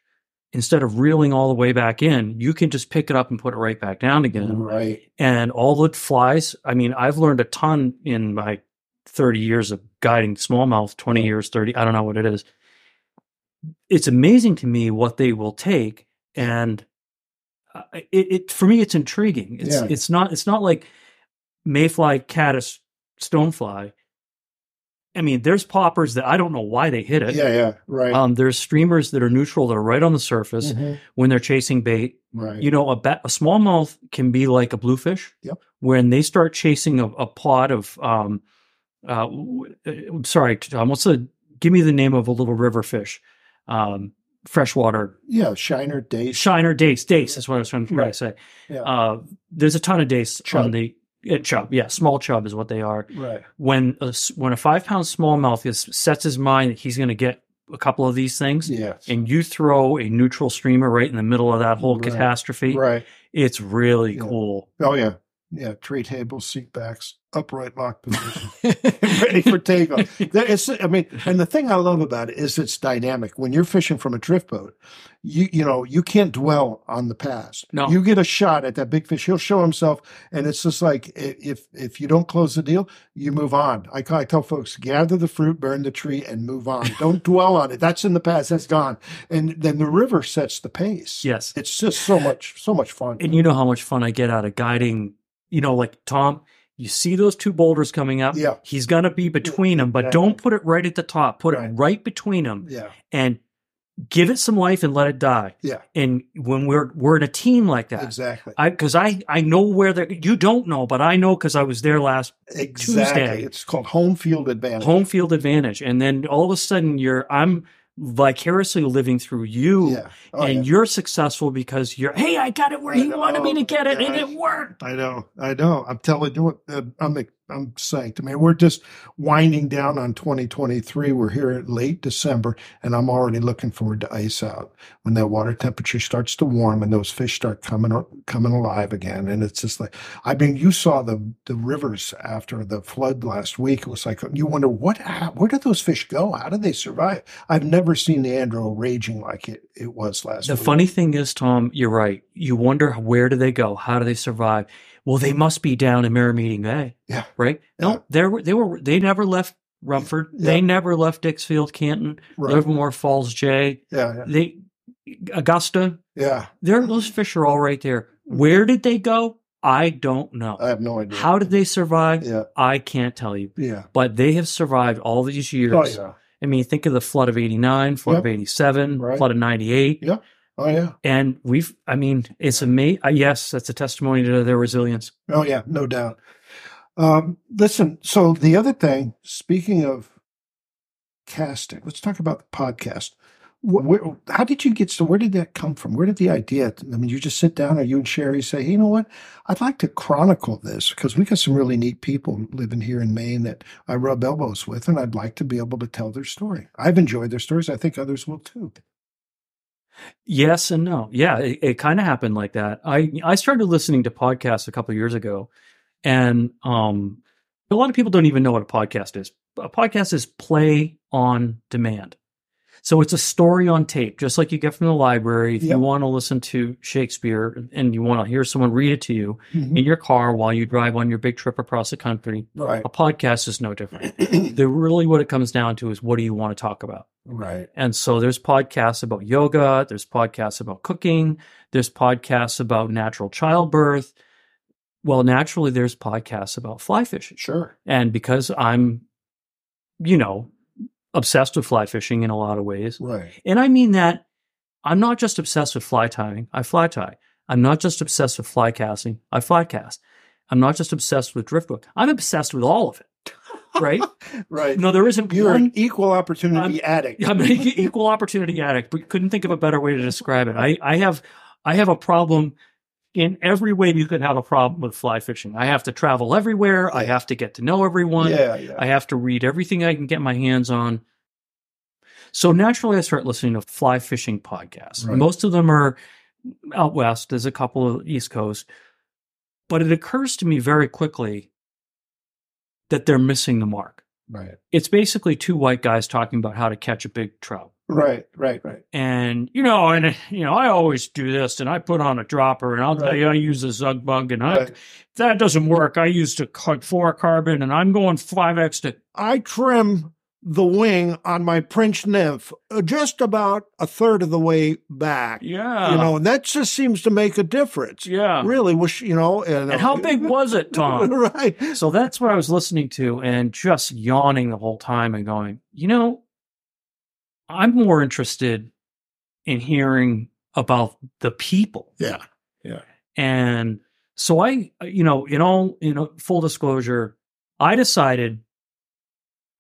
instead of reeling all the way back in, you can just pick it up and put it right back down again Right. and all the flies. I mean, I've learned a ton in my 30 years of guiding smallmouth, 20 years, 30, I don't know what it is. It's amazing to me what they will take. And uh, it, it for me, it's intriguing. It's, Yeah. it's not, it's not like mayfly, caddis, stonefly. I mean, there's poppers that I don't know why they hit it. Yeah. Yeah. Right. Um, there's streamers that are neutral that are right on the surface Mhm. when they're chasing bait Right. you know a, ba- a smallmouth can be like a bluefish Yep. when they start chasing a, a pod of um uh w- uh, I'm sorry Tom, what's the give me the name of a little river fish um freshwater yeah. Shiner days. shiner dace dace is what i was trying to Right. say Yeah. uh there's a ton of dace on Chub. the uh, chub yeah small chub is what they are right. when a, s- when a five pound smallmouth is sets his mind that he's going to get a couple of these things Yeah. and you throw a neutral streamer right in the middle of that whole Right. catastrophe Right. it's really Yeah. cool. Oh yeah. Yeah. Three tables, seat backs, upright lock position. ready for takeoff. There is, I mean, and the thing I love about it is it's dynamic. When you're fishing from a drift boat, you you know you can't dwell on the past. No. you get a shot at that big fish. He'll show himself, and it's just like i- if if you don't close the deal, you move on. I, ca- I tell folks, gather the fruit, burn the tree, and move on. don't dwell on it. That's in the past. That's gone. And then the river sets the pace. yes. It's just so much so much fun. And you know how much fun I get out of guiding, you know, like Tom, you see those two boulders coming up. Yeah. He's going to be between them, but Exactly. don't put it right at the top. Put Right. it right between them yeah, and give it some life and let it die. Yeah. And when we're we're in a team like that, exactly. I because I I know where the you don't know, but I know because I was there last Exactly. Tuesday. It's called home field advantage. home field advantage, and then all of a sudden you're I'm vicariously living through you. Yeah. Oh, and yeah. you're successful because you're, hey, I got it where I he know. wanted me to get it, and Yeah. it worked. I know, I know. I'm telling you, what uh, I'm I'm psyched. I mean, we're just winding down on 2023. We're here in late December, and I'm already looking forward to ice out when that water temperature starts to warm and those fish start coming up- coming alive again. And it's just like, I mean, you saw the the rivers after the flood last week. It was like you wonder what how, where did those fish go? How did they survive? I've never seen the Andro raging like it it was last. The week. funny thing is, Tom, you're right. You wonder where do they go? How do they survive? Well, they must be down in Mirror Meeting Bay. Yeah. Right? Yeah. No, they were they were they never left Rumford. Yeah. They never left Dixfield, Canton, right? Livermore Falls J. Yeah, yeah, They Augusta. yeah. There those fish are all right there. Where did they go? I don't know. I have no idea. How did they survive? Yeah, I can't tell you. yeah. But they have survived all these years. Oh yeah. I mean, think of the flood of 89, flood Yep. of 87, Right. flood of 98. Yeah. Oh yeah. And we've, I mean, it's amazing. Yes, that's a testimony to their resilience. Oh yeah, no doubt. Um, listen, so the other thing, speaking of casting, let's talk about the podcast. Wh- Where, how did you get so? Where did that come from? Where did the idea? I mean, you just sit down, or you and Sherry say, "Hey, you know what? I'd like to chronicle this because we got some really neat people living here in Maine that I rub elbows with, and I'd like to be able to tell their story. I've enjoyed their stories. I think others will too. Yes and no. Yeah, it, it kind of happened like that. I I started listening to podcasts a couple years ago, and um, a lot of people don't even know what a podcast is. A podcast is play on demand. So it's a story on tape, just like you get from the library. If Yep. you want to listen to Shakespeare and you want to hear someone read it to you in your car while you drive on your big trip across the country, Right, a podcast is no different. the really what it comes down to is what do you want to talk about? right, And so there's podcasts about yoga, there's podcasts about cooking, there's podcasts about natural childbirth. Well, naturally there's podcasts about fly fishing. sure, And because I'm you know, obsessed with fly fishing in a lot of ways. right, And I mean that I'm not just obsessed with fly tying, I fly tie. I'm not just obsessed with fly casting, I fly cast. I'm not just obsessed with driftwood. I'm obsessed with all of it. right? right. No, there isn't You're one an equal opportunity addict. I'm an e- equal opportunity addict, but couldn't think of a better way to describe it. I, I have I have a problem in every way you could have a problem with fly fishing. I have to travel everywhere. I have to get to know everyone. Yeah, yeah. I have to read everything I can get my hands on. So naturally, I start listening to fly fishing podcasts. Right. Most of them are out west. There's a couple of East Coast, but it occurs to me very quickly that they're missing the mark right. it's basically two white guys talking about how to catch a big trout. Right. Right. Right. And you know, and you know, I always do this, and I put on a dropper, and I'll tell Right. you, I use a zug bug, and I Right. if that doesn't work. I used a fluorocarbon, and I'm going five x to. I trim the wing on my Prince Nymph uh, just about a third of the way back. Yeah, You know, and that just seems to make a difference. yeah. Really wish, you know. uh, And how big was it, Tom? right. so that's what I was listening to, and just yawning the whole time, and going, you know, I'm more interested in hearing about the people Yeah. And so I, you know, in all, in a full disclosure, I decided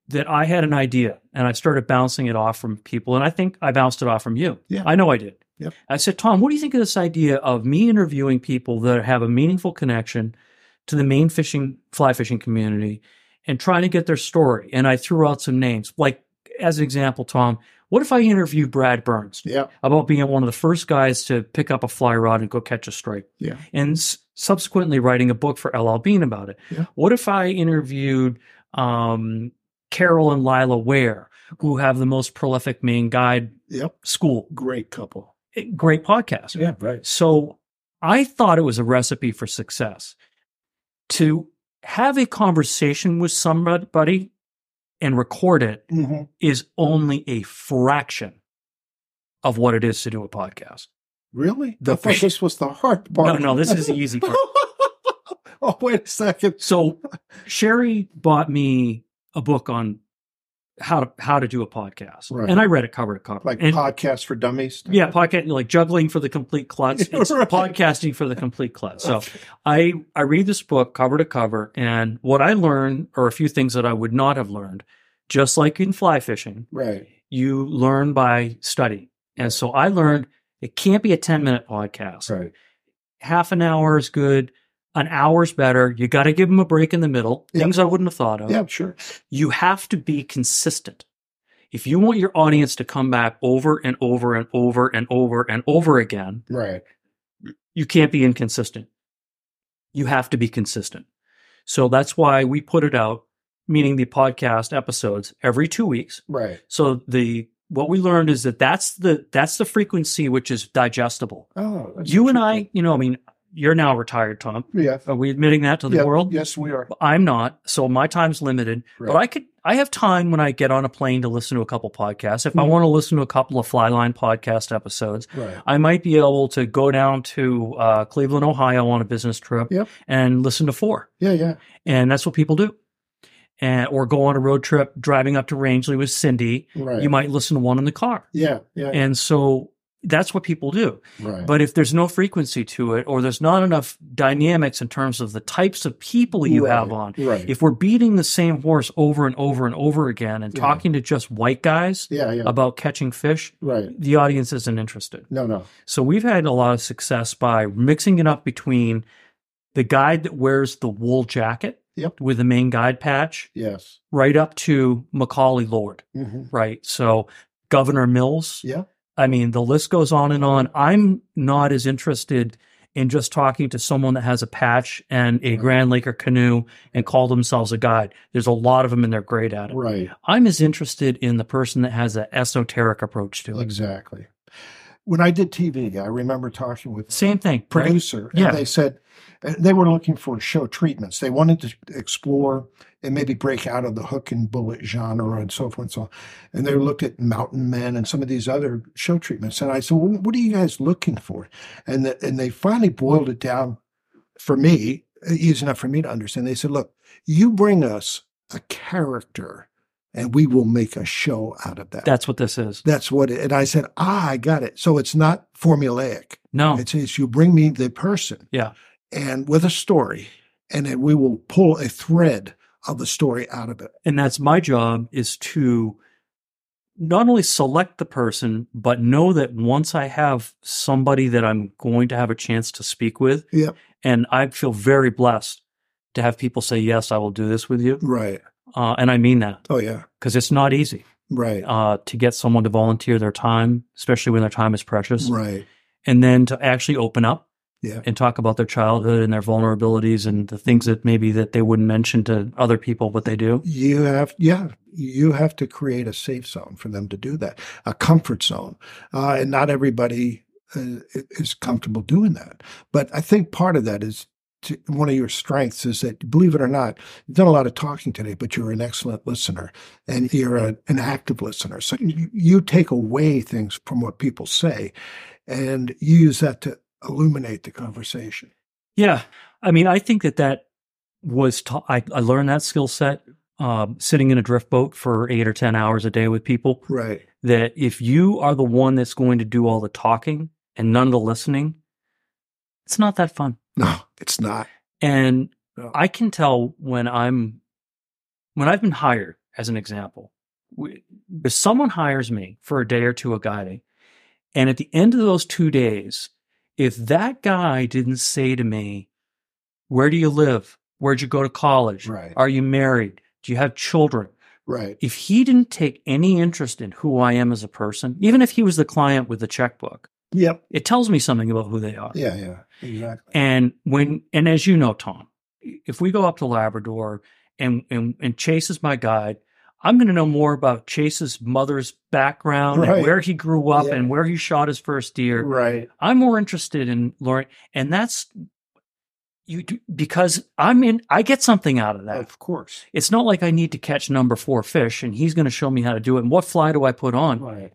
that I had an idea and I started bouncing it off from people. And I think I bounced it off from you. Yeah. I know I did. Yep. I said, Tom, what do you think of this idea of me interviewing people that have a meaningful connection to the main fishing, fly fishing community and trying to get their story? And I threw out some names. Like, as an example, Tom, what if I interviewed Brad Burns? Yeah. about being one of the first guys to pick up a fly rod and go catch a strike. Yeah. And s- subsequently writing a book for LL Bean about it. Yeah. What if I interviewed um, Carol and Lila Ware, who have the most prolific Maine guide Yep. school? Great couple. Eh, Great podcast. Yeah. Right. So I thought it was a recipe for success to have a conversation with somebody and record it hmm is only a fraction of what it is to do a podcast. Really? The I thought fish- this was the hard No, part. no, this is the easy part. oh, wait a second. So Sherry bought me a book on how to how to do a podcast, Right. and I read it cover to cover. Like And- podcast for dummies. yeah, podcast like juggling for the complete klutz, it's Right. podcasting for the complete klutz. So I I read this book cover to cover, and what I learned are a few things that I would not have learned, just like in fly fishing. Right. you learn by study. And so I learned it can't be a 10 minute podcast. Right. Half an hour is good. An hour's better. You got to give them a break in the middle. Yeah. Things I wouldn't have thought of. Yeah. Sure. You have to be consistent. If you want your audience to come back over and over and over and over and over again, Right. you can't be inconsistent. You have to be consistent. So that's why we put it out, meaning the podcast episodes every two weeks. Right. So the what we learned is that that's the that's the frequency which is digestible. Oh, that's You and interesting. I, you know, I mean, you're now retired, Tom. Yeah. Are we admitting that to the yeah. world? Yes, we are. I'm not, so my time's limited. But Right. I could I have time when I get on a plane to listen to a couple podcasts. If I want to listen to a couple of Flyline podcast episodes, Mm-hmm. Right. I might be able to go down to uh, Cleveland, Ohio, on a business trip Yep. and listen to four Yeah. Yeah. and that's what people do. And or go on a road trip driving up to Rangeley with Cindy. Right. You might listen to one in the car, Yeah. Yeah. and so that's what people do. right. But if there's no frequency to it, or there's not enough dynamics in terms of the types of people you have Right. on, Right. if we're beating the same horse over and over and over again and Yeah. talking to just white guys yeah. Yeah. about catching fish, right. the audience isn't interested. No. No. So we've had a lot of success by mixing it up between the guide that wears the wool jacket Yep. with the main guide patch Yes. right up to Macaulay Lord, hmm right? So Governor Mills. Yeah. I mean, the list goes on and on. I'm not as interested in just talking to someone that has a patch and a Grand Laker canoe and call themselves a guide. There's a lot of them and they're great at it. Right. I'm as interested in the person that has an esoteric approach to it. Exactly. When I did TV, I remember talking with Same thing. right? producer, and Yeah. they said uh, they were looking for show treatments. They wanted to explore and maybe break out of the hook and bullet genre and so forth and so on. And they looked at Mountain Men and some of these other show treatments. And I said, well, what are you guys looking for? And the, and they finally boiled it down for me, uh, easy enough for me to understand. They said, look, you bring us a character and we will make a show out of that. That's what this is. That's what it, and I said, ah, I got it. So it's not formulaic. No. It's, it's you bring me the person. Yeah. And with a story, and then we will pull a thread of a story out of it. and that's my job is to not only select the person but know that once i have somebody that i'm going to have a chance to speak with Yep. and i feel very blessed to have people say yes i will do this with you Right. uh, and i mean that Oh yeah. because it's not easy Right. uh, to get someone to volunteer their time especially when their time is precious Right. and then to actually open up Yeah. and talk about their childhood and their vulnerabilities and the things that maybe that they wouldn't mention to other people but they do You have yeah you have to create a safe zone for them to do that a comfort zone uh, and not everybody uh, is comfortable doing that but i think part of that is to, one of your strengths is that believe it or not you've done a lot of talking today but you're an excellent listener and you're a, an active listener so you, you take away things from what people say and you use that to illuminate the conversation Yeah. I mean, I think that that was, ta- I, I learned that skill set um, sitting in a drift boat for eight or 10 hours a day with people. right. That if you are the one that's going to do all the talking and none of the listening, it's not that fun. No, it's not. And No. I can tell when I'm, when I've been hired, as an example, we- if someone hires me for a day or two of guiding, and at the end of those two days, if that guy didn't say to me, Where do you live? Where'd you go to college? Right. Are you married? Do you have children? Right. If he didn't take any interest in who I am as a person, even if he was the client with the checkbook, Yep. it tells me something about who they are. Yeah. Yeah. Exactly. And when and as you know, Tom, if we go up to Labrador and and, and Chase is my guide, I'm going to know more about Chase's mother's background Right. and where he grew up Yeah. and where he shot his first deer. Right. I'm more interested in learning, and that's you do, because I'm in. I get something out of that. Of course. It's not like I need to catch number four fish, and he's going to show me how to do it. And what fly do I put on? Right.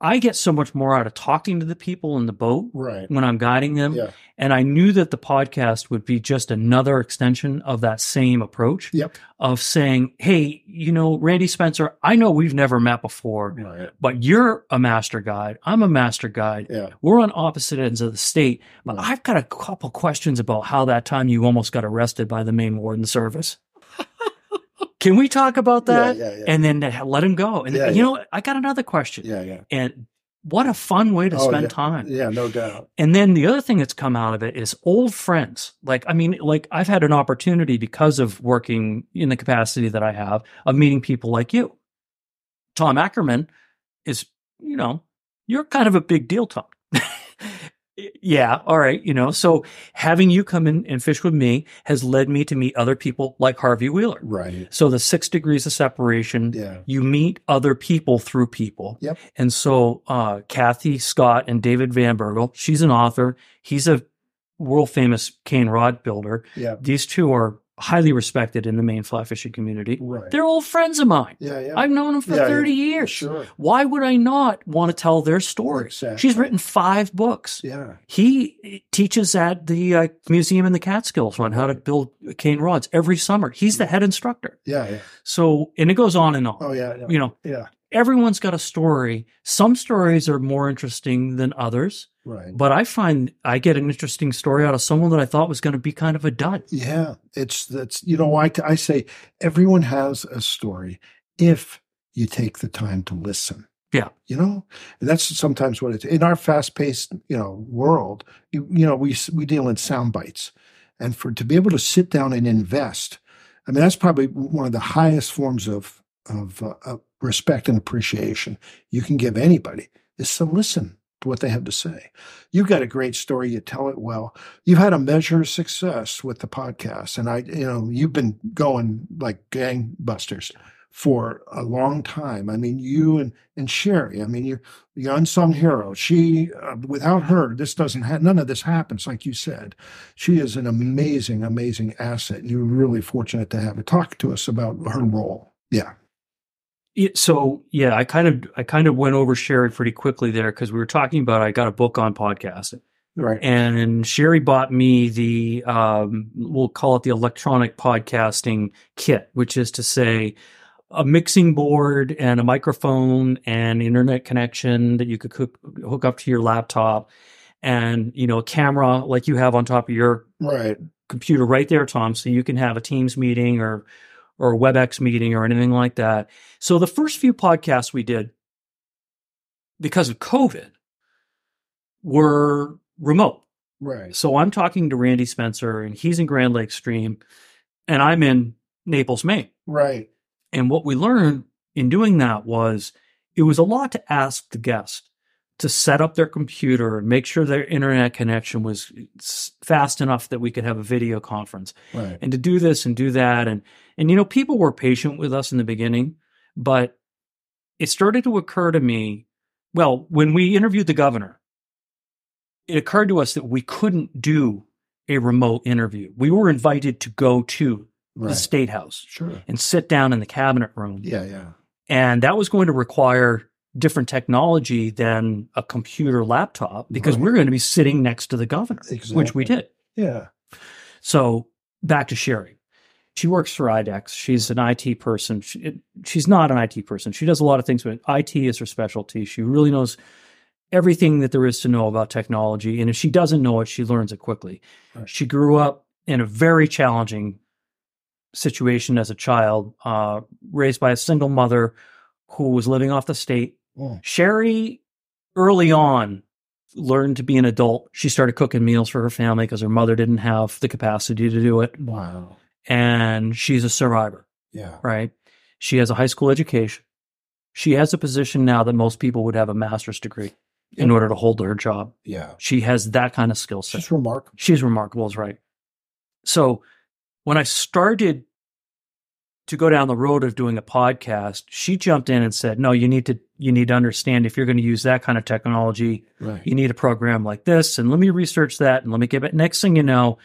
I get so much more out of talking to the people in the boat Right. when I'm guiding them. Yeah. And I knew that the podcast would be just another extension of that same approach Yep. of saying, Hey, you know, Randy Spencer, I know we've never met before, Right. but you're a master guide. I'm a master guide. Yeah. We're on opposite ends of the state, but Right. I've got a couple questions about how that time you almost got arrested by the Maine Warden Service. Can we talk about that? Yeah. Yeah. And then to let him go. And Yeah, you yeah. know, I got another question. yeah. Yeah. And what a fun way to Oh, spend yeah. time. Yeah. No doubt. And then the other thing that's come out of it is old friends. Like, I mean, like I've had an opportunity because of working in the capacity that I have of meeting people like you. Tom Ackerman is, you know, you're kind of a big deal, Tom. yeah. All right. You know, so having you come in and fish with me has led me to meet other people like Harvey Wheeler. Right. So the six degrees of separation, Yeah. you meet other people through people. Yep. And so uh, Kathy Scott and David Van Bergel, she's an author. He's a world famous cane rod builder. Yep. These two are highly respected in the Maine fly fishing community. Right. They're old friends of mine. Yeah. Yeah. I've known them for Yeah, yeah. 30 years. Sure. Why would I not want to tell their story? Exactly. She's written five books. Yeah. He teaches at the uh, museum in the Catskills on how to build cane rods every summer. He's Mm. the head instructor. Yeah. Yeah. So, and it goes on and on. Oh yeah. Yeah. You know, yeah. everyone's got a story. Some stories are more interesting than others, Right. but I find I get an interesting story out of someone that I thought was going to be kind of a dud. Yeah, it's that's you know I I say everyone has a story if you take the time to listen. Yeah. you know and that's sometimes what it's in our fast paced you know world. You, you know we s- we deal in sound bites, and for to be able to sit down and invest, I mean that's probably one of the highest forms of of, uh, of respect and appreciation you can give anybody is to listen to what they have to say. You've got a great story, you tell it well you've had a measure of success with the podcast and i you know you've been going like gangbusters for a long time i mean you and and sherry i mean you're the unsung hero she uh, without her this doesn't have none of this happens like you said she is an amazing amazing asset and you're really fortunate to have her talk to us about her role yeah Yeah, So, yeah, I kind of I kind of went over Sherry pretty quickly there because we were talking about I got a book on podcasting, right and Sherry bought me the um, we'll call it the electronic podcasting kit, which is to say a mixing board and a microphone and internet connection that you could cook, hook up to your laptop and you know a camera like you have on top of your right computer right there, Tom, so you can have a Teams meeting or or a WebEx meeting or anything like that. So the first few podcasts we did because of COVID were remote. Right. So I'm talking to Randy Spencer and he's in Grand Lake Stream and I'm in Naples, Maine. Right. And what we learned in doing that was it was a lot to ask the guest to set up their computer and make sure their internet connection was s- fast enough that we could have a video conference Right. and to do this and do that and and you know people were patient with us in the beginning but it started to occur to me well when we interviewed the governor it occurred to us that we couldn't do a remote interview we were invited to go to the Right. state house Sure. and sit down in the cabinet room Yeah. Yeah. and that was going to require different technology than a computer laptop because Right. we're going to be sitting next to the governor which we Exactly. did Yeah. so back to Sherry. She works for IDEX. She's an IT person. She, it- she's not an IT person. She does a lot of things, but IT is her specialty. She really knows everything that there is to know about technology. And if she doesn't know it, she learns it quickly. Right. She grew up in a very challenging situation as a child, uh, raised by a single mother who was living off the state. Mm. Sherry early on learned to be an adult. She started cooking meals for her family because her mother didn't have the capacity to do it. Wow. And she's a survivor, Yeah. right? She has a high school education. She has a position now that most people would have a master's degree in order to hold her job. Yeah. She has that kind of skill It's set. just remarkable. She's remarkable, is right. So when I started to go down the road of doing a podcast, she jumped in and said, No, you need to you need to understand if you're going to use that kind of technology, Right. you need a program like this, and let me research that and let me get it. Next thing you know,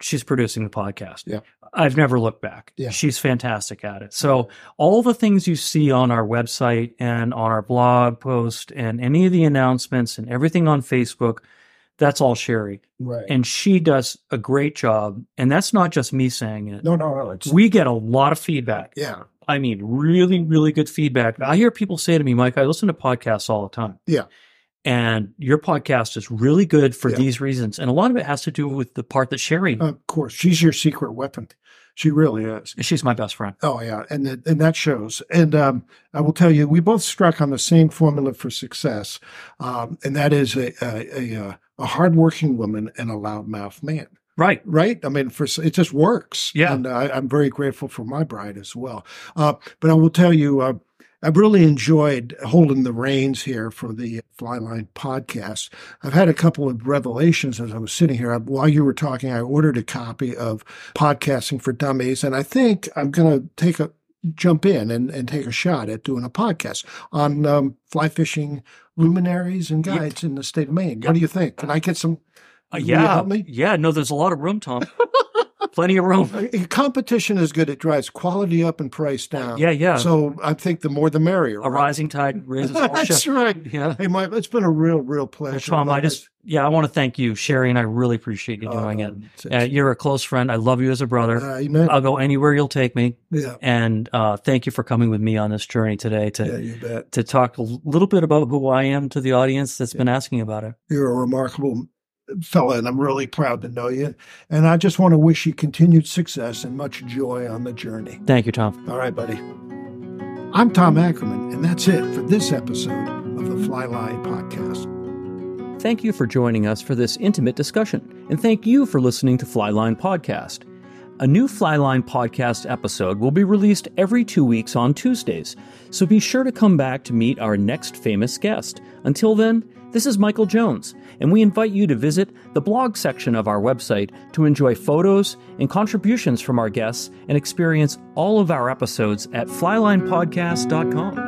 she's producing the podcast. Yeah. I've never looked back. Yeah. She's fantastic at it. So all the things you see on our website and on our blog post and any of the announcements and everything on Facebook, that's all Sherry Right. and she does a great job. And that's not just me saying it. no, no, no. It's We get a lot of feedback. yeah. I mean, really, really good feedback. I hear people say to me, Mike, I listen to podcasts all the time. Yeah. And your podcast is really good for Yeah. these reasons. And a lot of it has to do with the part that Sherry, Of course, she's your secret weapon. She really is. she's my best friend. Oh yeah, and it, and that shows. And um, I will tell you, we both struck on the same formula for success, um, and that is a a, a, uh, a hardworking woman and a loudmouth man. Right. Right? I mean, for it just works. Yeah. and I, I'm very grateful for my bride as well. Uh, but I will tell you, uh, I've really enjoyed holding the reins here for the Flyline podcast. I've had a couple of revelations as I was sitting here. I, while you were talking, I ordered a copy of Podcasting for Dummies, and I think I'm going to take a jump in and, and take a shot at doing a podcast on um, fly fishing luminaries and Yep. guides in the state of Maine. What do you think? Can I get some? Uh, Will you yeah. help me? Yeah. No, there's a lot of room, Tom. Plenty of room. Uh, Competition is good. It drives quality up and price down. Yeah. Yeah. So I think the more the merrier. a right? rising tide raises all That's ships. right. Yeah. Hey, Mike, it's been a real, real pleasure. Tom, I Love just, yeah, I want to thank you, Sherry, and I really appreciate you it. doing it. Um, Uh, you're a close friend. I love you as a brother. uh, you know, I'll go anywhere you'll take me. yeah, And uh, thank you for coming with me on this journey today to yeah, you bet. to talk a little bit about who I am to the audience that's been asking about it. You're a remarkable fella, and I'm really proud to know you. And I just want to wish you continued success and much joy on the journey. Thank you, Tom. All right, buddy. I'm Tom Ackerman, and that's it for this episode of the Fly Line Podcast. Thank you for joining us for this intimate discussion, and thank you for listening to Flyline Podcast. A new Flyline Podcast episode will be released every two weeks on Tuesdays, so be sure to come back to meet our next famous guest. Until then, this is Michael Jones, and we invite you to visit the blog section of our website to enjoy photos and contributions from our guests and experience all of our episodes at flylinepodcast.com.